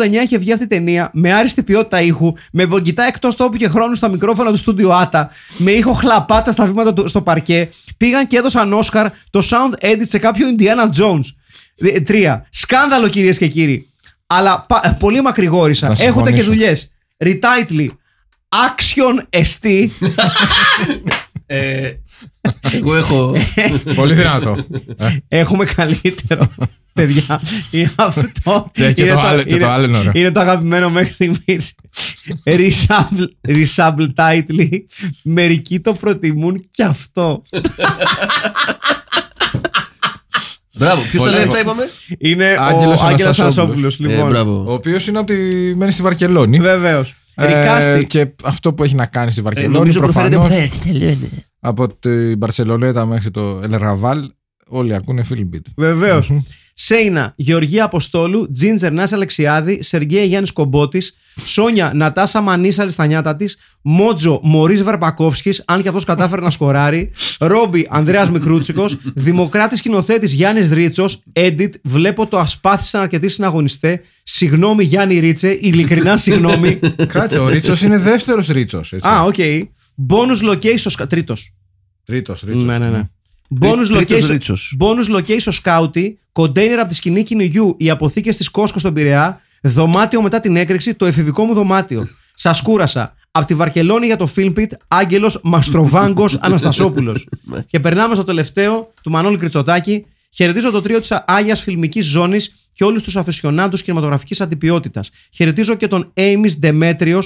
Speaker 3: 1989 είχε βγει αυτή η ταινία με άριστη ποιότητα ήχου, με βογκητά εκτός τόπου και χρόνου στα μικρόφωνα του στούντιο Άτα, με ήχο χλαπάτσα στα βήματα του, στο παρκέ, πήγαν και έδωσαν Όσκαρ το sound edit σε κάποιο Indiana Jones. Ε, Τρία. Σκάνδαλο κυρίες και κύριοι. Αλλά πα- πολύ μακρηγόρησα.
Speaker 4: Θα
Speaker 3: Έχονται και
Speaker 4: συμφωνήσω.
Speaker 3: δουλειές. Retitle. Action εστί.
Speaker 5: Ε, εγώ έχω.
Speaker 4: Πολύ δυνατό. Ε,
Speaker 3: Έχουμε καλύτερο. Παιδιά, είναι αυτό.
Speaker 4: Και- και το άλλο- και το άλλο είναι ωραίο.
Speaker 3: είναι το αγαπημένο μέχρι στιγμής. Resubble title. Μερικοί το προτιμούν κι αυτό.
Speaker 5: Μπράβο. Ποιος τα λέει αυτά, είπαμε.
Speaker 3: Είναι
Speaker 4: Άγγελος
Speaker 3: ο Άγγελος
Speaker 4: Αναστασόπουλος.
Speaker 3: Ανασόπουλος.
Speaker 5: Ε,
Speaker 3: Λοιπόν,
Speaker 4: Ο
Speaker 5: μπράβο.
Speaker 4: οποίος είναι από τη. μένει στη Βαρκελόνη.
Speaker 3: βεβαίως.
Speaker 4: Ε,
Speaker 3: Ρικάστη.
Speaker 4: και αυτό που έχει να κάνει στη
Speaker 5: Ε,
Speaker 4: Βαρκελόνη
Speaker 5: νομίζω προφέρεται
Speaker 4: προφανώς,
Speaker 5: από τα Barcelona.
Speaker 4: από την Μπαρσελονέτα μέχρι το Ελραβάλ όλοι ακούνε Φίλιμπιτ.
Speaker 3: Βεβαίω. Σέινα, Γεωργία Αποστόλου, Τζίντζερ Νάσα Αλεξιάδη, Σεργέη Γιάννης Κομπότης, Σόνια Νατάσα Μανίσα στα νιάτα της, Μότζο Μωρή Βαρπακόφσκης, αν και αυτός κατάφερε να σκοράρει, Ρόμπι Ανδρέας Μικρούτσικος, Δημοκράτης Σκηνοθέτης Γιάννης Ρίτσος, Edit, βλέπω το ασπάθησαν αρκετοί συναγωνιστέ, συγγνώμη Γιάννη Ρίτσε, ειλικρινά συγγνώμη.
Speaker 4: Κάτσε, ο Ρίτσος είναι δεύτερος Ρίτσος.
Speaker 3: Α, οκ. Bonus location, τρίτος.
Speaker 4: Τρίτος Ρίτσο.
Speaker 3: Ναι, ναι, ναι. Bonus
Speaker 5: Τρίτος
Speaker 3: location,
Speaker 5: Ρίτσος.
Speaker 3: bonus location σκάουτι, κοντέινερ από τη σκηνή κυνηγιού, οι αποθήκες της Κόσκος στον Πειραιά, δωμάτιο μετά την έκρηξη, το εφηβικό μου δωμάτιο. Σας κούρασα. Από τη Βαρκελόνη για το Filmpit, Άγγελος Μαστροβάγκος Αναστασόπουλος. και περνάμε στο τελευταίο του Μανώλη Κριτσοτάκη. Χαιρετίζω το τρίο της Άγιας Φιλμικής Ζώνης και όλους τους αφισιονάντου κινηματογραφικής αντιποιότητας. Χαιρετίζω και τον Έιμι Ντεμέτριο,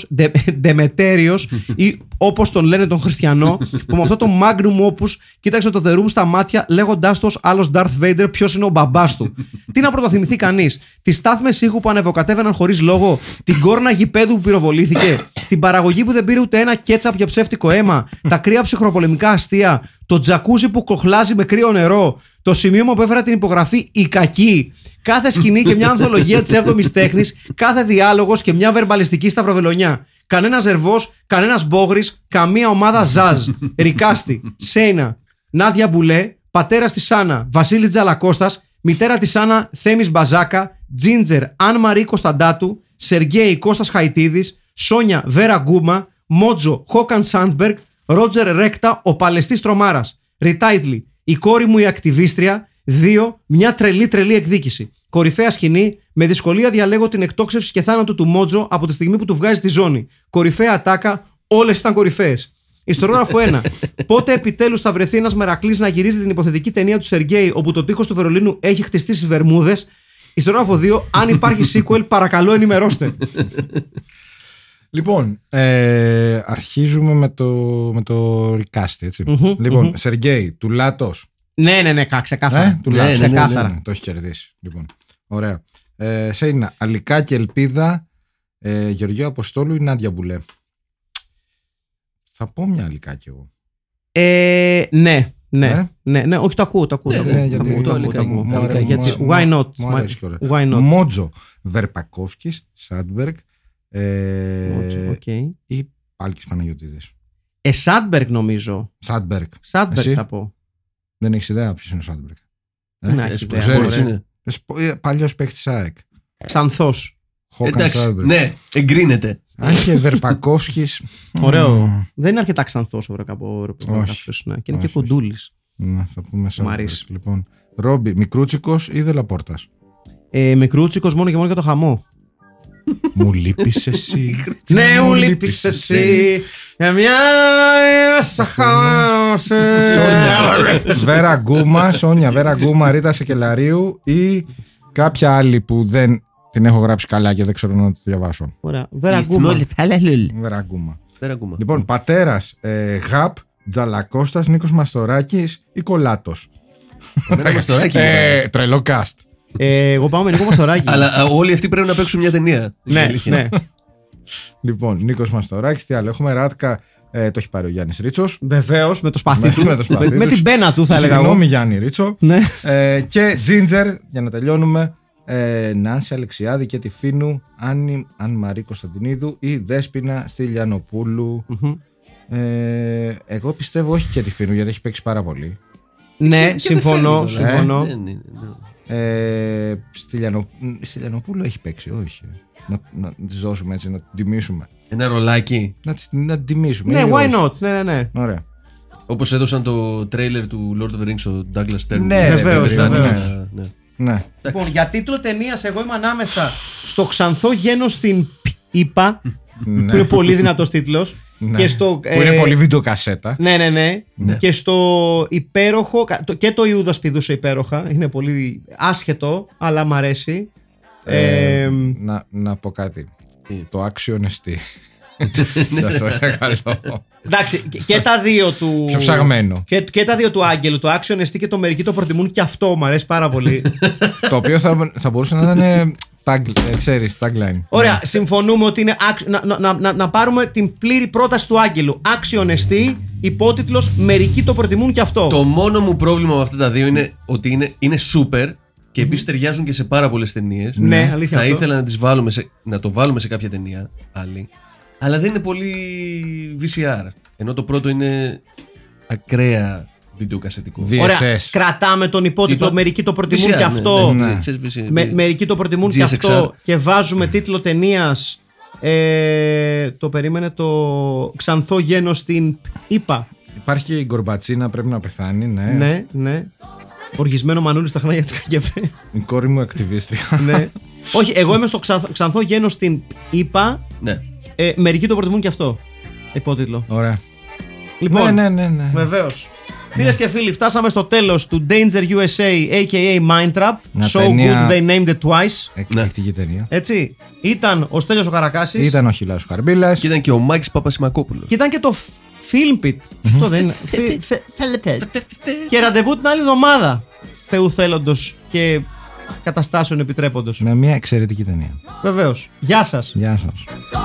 Speaker 3: Ντεμετέριος, ή όπως τον λένε τον Χριστιανό, που με αυτό το magnum opus κοίταξε το The Room στα μάτια, λέγοντάς τους ως άλλος Darth Vader ποιος είναι ο μπαμπάς του. Τι να πρωτοθυμηθεί κανείς, τι στάθμε ήχου που ανεβοκατέβαιναν χωρίς λόγο, την κόρνα γηπέδου που πυροβολήθηκε, την παραγωγή που δεν πήρε ούτε ένα κέτσαπ για ψεύτικο αίμα, τα κρύα ψυχροπολεμικά αστεία, το τζακούζι που κοχλάζει με κρύο νερό, το σημείωμα που έφερα την υπογραφή Η Κακή. Κάθε σκηνή και μια ανθολογία της 7η τέχνης, κάθε διάλογος και μια βερμπαλιστική σταυροβελονιά. Κανένας ζερβό, κανένας μπόγρης, καμία ομάδα ζαζ. Ρικάστη, Σέινα, Νάδια Μπουλέ, πατέρας της Σάνα, Βασίλης Τζαλακώστας, μητέρα της Σάνα, Θέμης Μπαζάκα, Τζίντζερ, Αν Μαρή Κωνσταντάτου, Σεργέη Κώστας Χαϊτίδης, Σόνια Βέρα Γκούμα, Μότζο Χόκαν Σάντμπεργκ, Ρότζερ Ρέκτα, ο Παλαιστής Τρομάρας. Ριτάιτλι, η κόρη μου η ακτιβίστρια. 2. Μια τρελή τρελή εκδίκηση. Κορυφαία σκηνή. Με δυσκολία διαλέγω την εκτόξευση και θάνατο του Μότζο από τη στιγμή που του βγάζει τη ζώνη. Κορυφαία ατάκα. Όλες ήταν κορυφαίες. Ιστορόγραφο 1. Πότε επιτέλους θα βρεθεί ένας μερακλής να γυρίζει την υποθετική ταινία του Σεργέη, όπου το τείχος του Βερολίνου έχει χτιστεί στις Βερμούδες. Ιστορόγραφο 2. Αν υπάρχει sequel, παρακαλώ ενημερώστε.
Speaker 4: Λοιπόν, ε, αρχίζουμε με το, με το recast, έτσι.
Speaker 3: Μμμ,
Speaker 4: λοιπόν,
Speaker 3: μμμ.
Speaker 4: Σεργέη, του Λάτος.
Speaker 3: ναι, ναι, ναι, κα- ξεκάθαρα.
Speaker 4: Ε, του
Speaker 5: Ναι,
Speaker 4: Λάτος.
Speaker 5: ναι, ναι,
Speaker 3: ξεκάθαρα.
Speaker 4: το έχεις κερδίσει. Λοιπόν, ωραία. Ε, Σέινα, Αλικά και Ελπίδα, ε, Γεωργίου Αποστόλου ή Νάντια Μπουλέ. Θα πω μια Αλικά κι εγώ.
Speaker 3: Ε, ναι, ναι,
Speaker 4: Ε?
Speaker 3: ναι, ναι, όχι, το ακούω, το ακούω.
Speaker 5: Ναι,
Speaker 3: το
Speaker 5: ναι,
Speaker 3: ακούω,
Speaker 5: γιατί
Speaker 3: το ακούω, το
Speaker 5: είναι
Speaker 3: ακούω, το
Speaker 5: λίγο
Speaker 3: ακούω, το
Speaker 5: μου
Speaker 3: ακούω,
Speaker 5: αρέσει,
Speaker 3: γιατί-
Speaker 4: μου
Speaker 3: Why
Speaker 4: αρέσει,
Speaker 3: not?
Speaker 4: μου αρέσει και ωραία.
Speaker 3: Why not?
Speaker 4: Μότζο, Βερπακόφσκι, Σάντμπεργκ
Speaker 3: Μότσο,
Speaker 4: ε,
Speaker 3: οκ.
Speaker 4: ή Πάλκης Παναγιοτήδη.
Speaker 3: Ε, Σάντμπεργκ νομίζω.
Speaker 4: Σάντμπεργκ.
Speaker 3: Σάντμπεργκ
Speaker 4: Εσύ?
Speaker 3: θα πω.
Speaker 4: Δεν έχεις ιδέα ποιος είναι ο Σάντμπεργκ. Ε,
Speaker 3: Να
Speaker 5: Ε,
Speaker 3: έχει
Speaker 5: σπορ-
Speaker 3: ιδέα,
Speaker 5: σπορ-
Speaker 3: μωρέ.
Speaker 5: είναι.
Speaker 4: Παλιός παίχτης ε, ΑΕΚ.
Speaker 3: Ξανθός.
Speaker 4: Χόκαν
Speaker 5: Εντάξει.
Speaker 4: Σάντμπεργκ.
Speaker 5: Ναι, εγκρίνεται.
Speaker 4: Αν και Βερπακόφσκι.
Speaker 3: Ωραίο. Δεν είναι αρκετά ξανθός ο Ρεκαπορκάκη. Ναι. Και είναι και
Speaker 4: Όχι, όχι.
Speaker 3: κοντούλης.
Speaker 4: Ναι, θα πούμε σαν.
Speaker 3: αρέσει.
Speaker 4: Λοιπόν, Ρόμπι, Μικρούτσικος ή Δελαπόρτας.
Speaker 3: Ε, Μικρούτσικος μόνο και μόνο για το χαμό.
Speaker 4: Μου λείπεις εσύ.
Speaker 3: Ναι, μου λείπεις
Speaker 4: λείπεις
Speaker 3: εσύ. Για μια. Σα χάσε.
Speaker 4: Σόνια. Βέρα Γκούμα, Σόνια Βέρα Γκούμα, Ρίτα Σεκελαρίου ή Κάποια άλλη που δεν την έχω γράψει καλά και δεν ξέρω να τη διαβάσω.
Speaker 3: Ωραία. Βεραγκούμα.
Speaker 4: Βεραγκούμα.
Speaker 5: Δεν ακούμε.
Speaker 4: Λοιπόν, πατέρας ε, Γαπ, Τζαλακώστας, Νίκος Μαστοράκης ή Κολάτος.
Speaker 5: Εμένα Μαστοράκη
Speaker 4: ε,
Speaker 5: γράφει.
Speaker 4: τρελό cast.
Speaker 3: Ε, εγώ πάω με Νικό Μαστοράκη.
Speaker 5: Αλλά α, όλοι αυτοί πρέπει να παίξουν μια ταινία.
Speaker 3: Ναι,
Speaker 5: Είναι αλήθεια.
Speaker 3: ναι.
Speaker 4: Λοιπόν, Νίκος Μαστοράκης, τι άλλο έχουμε. Ράτκα, ε, το έχει πάρει ο Γιάννης Ρίτσος.
Speaker 3: Βεβαίως με το σπαθί
Speaker 4: Με-
Speaker 3: του.
Speaker 4: με το σπαθί
Speaker 3: Με
Speaker 4: τους.
Speaker 3: την πένα του θα έλεγα εγώ.
Speaker 4: Συγγνώμη, Γιάννη Ρίτσο.
Speaker 3: Ναι.
Speaker 4: Ε, και Ginger, για να τελειώνουμε. Ε, Νάση Αλεξιάδη και τη Φίνου, Άννη, Αν Μαρή Κωνσταντινίδου ή Δέσποινα στη Λιανοπούλου. Ε, εγώ πιστεύω όχι και τη Φίνου γιατί έχει παίξει πάρα πολύ.
Speaker 3: Ναι,
Speaker 5: Και
Speaker 3: συμφωνώ.
Speaker 5: δεν φαίνεται,
Speaker 3: συμφωνώ.
Speaker 5: ε. Ναι, ναι, ναι.
Speaker 4: Ε, στη, Λιανο... μ, στη Λιανοπούλου έχει παίξει, όχι. Να, να της δώσουμε έτσι, να την τιμήσουμε.
Speaker 5: Ένα ρολάκι.
Speaker 4: Να, της- να την τιμήσουμε.
Speaker 3: Ναι,
Speaker 4: ή
Speaker 3: why
Speaker 4: όχι.
Speaker 3: not. Ναι, ναι, ναι.
Speaker 4: Ωραία.
Speaker 5: Όπως έδωσαν το τρέιλερ του Lord of the Rings ο Douglas Stern.
Speaker 4: Ναι,
Speaker 3: βεβαίως,
Speaker 5: Ήταν,
Speaker 3: βεβαίως.
Speaker 5: ε, ναι.
Speaker 4: Ναι.
Speaker 7: Λοιπόν,
Speaker 3: Για τίτλο ταινίας, εγώ είμαι ανάμεσα στο ξανθό γένος στην ΙΠΑ,
Speaker 4: ναι.
Speaker 3: που είναι πολύ δυνατός τίτλος.
Speaker 4: ναι.
Speaker 3: Και στο.
Speaker 4: που είναι
Speaker 3: ε,
Speaker 4: πολύ βιντεοκασέτα.
Speaker 3: Ναι, ναι, ναι. Και στο υπέροχο. κα- το- Και το Ιούδας πηδούσε υπέροχα. Είναι πολύ άσχετο, αλλά μ' αρέσει.
Speaker 4: Ε,
Speaker 3: Ε,
Speaker 4: να, να πω κάτι. Το άξιο νεστή. Σας παρακαλώ.
Speaker 3: εντάξει, και, και τα δύο του.
Speaker 4: Πιο ψαγμένο.
Speaker 3: Και, και τα δύο του Άγγελου, το Action ST και το Μερικοί το προτιμούν και αυτό, μου αρέσει πάρα πολύ.
Speaker 4: Το οποίο θα, θα μπορούσε να ήταν. ε, Tag, ε, ξέρεις, tagline.
Speaker 3: Ωραία, συμφωνούμε ότι είναι. αξ- Να, να, να, να πάρουμε την πλήρη πρόταση του Άγγελου. Action ST, υπότιτλος Μερικοί το προτιμούν και αυτό.
Speaker 5: Το μόνο μου πρόβλημα με αυτά τα δύο είναι ότι είναι, είναι super και επίσης ταιριάζουν και σε πάρα πολλές ταινίες.
Speaker 3: Ναι, αλήθεια
Speaker 5: Θα
Speaker 3: αυτό.
Speaker 5: ήθελα να, τις βάλουμε σε, να το βάλουμε σε κάποια ταινία άλλη. Αλλά δεν είναι πολύ VCR. Ενώ το πρώτο είναι ακραία βιντεοκασετικό.
Speaker 4: VHS.
Speaker 3: Ωραία, κρατάμε τον υπότιτλο
Speaker 5: Είπα-
Speaker 3: Μερικοί το προτιμούν
Speaker 5: VCR,
Speaker 3: και
Speaker 5: ναι,
Speaker 3: αυτό.
Speaker 5: ναι,
Speaker 4: Ναι.
Speaker 5: ξέρεις, VCR.
Speaker 3: Με, μερικοί το προτιμούν και
Speaker 5: GSXR.
Speaker 3: αυτό και βάζουμε τίτλο ταινίας. Ε, το περίμενε το ξανθό γένος στην ΙΠΑ.
Speaker 4: Υπάρχει η Γκορμπατσίνα, πρέπει να πεθάνει, ναι.
Speaker 3: Ναι, ναι. Οργισμένο μανούλι στα χνάρια του ΚΑΚΕΒΕ.
Speaker 4: Η κόρη μου ακτιβίστρια.
Speaker 3: ναι. Όχι, εγώ είμαι στο ξανθ- ξανθό γένος στην ΙΠΑ.
Speaker 5: Ναι.
Speaker 3: Ε, μερικοί το προτιμούν και αυτό. Υπότιτλο.
Speaker 4: Ωραία.
Speaker 3: Λοιπόν,
Speaker 4: ναι, ναι, ναι. ναι.
Speaker 3: βεβαίως. Φίλες και φίλοι, φτάσαμε στο τέλος του Danger USA aka Mindtrap.
Speaker 4: Μια
Speaker 3: So
Speaker 4: ταινία-
Speaker 3: good they named it twice.
Speaker 4: Εκπληκτική ταινία.
Speaker 3: Έτσι. Ήταν ο Στέλιος ο Καρακάσης
Speaker 4: Ήταν ο Χιλάος Χαρμπίλας.
Speaker 5: Και ήταν και ο Μάκης Παπασημακόπουλος.
Speaker 3: Και ήταν και το Filmpit. Αυτό δεν είναι. Φι- φι- Και ραντεβού την άλλη εβδομάδα. Θεού θέλοντος και καταστάσεων επιτρέποντος.
Speaker 4: Ναι. Με μια εξαιρετική ταινία.
Speaker 3: Βεβαίως. Γεια σας.
Speaker 4: Γεια σας.
Speaker 8: Feel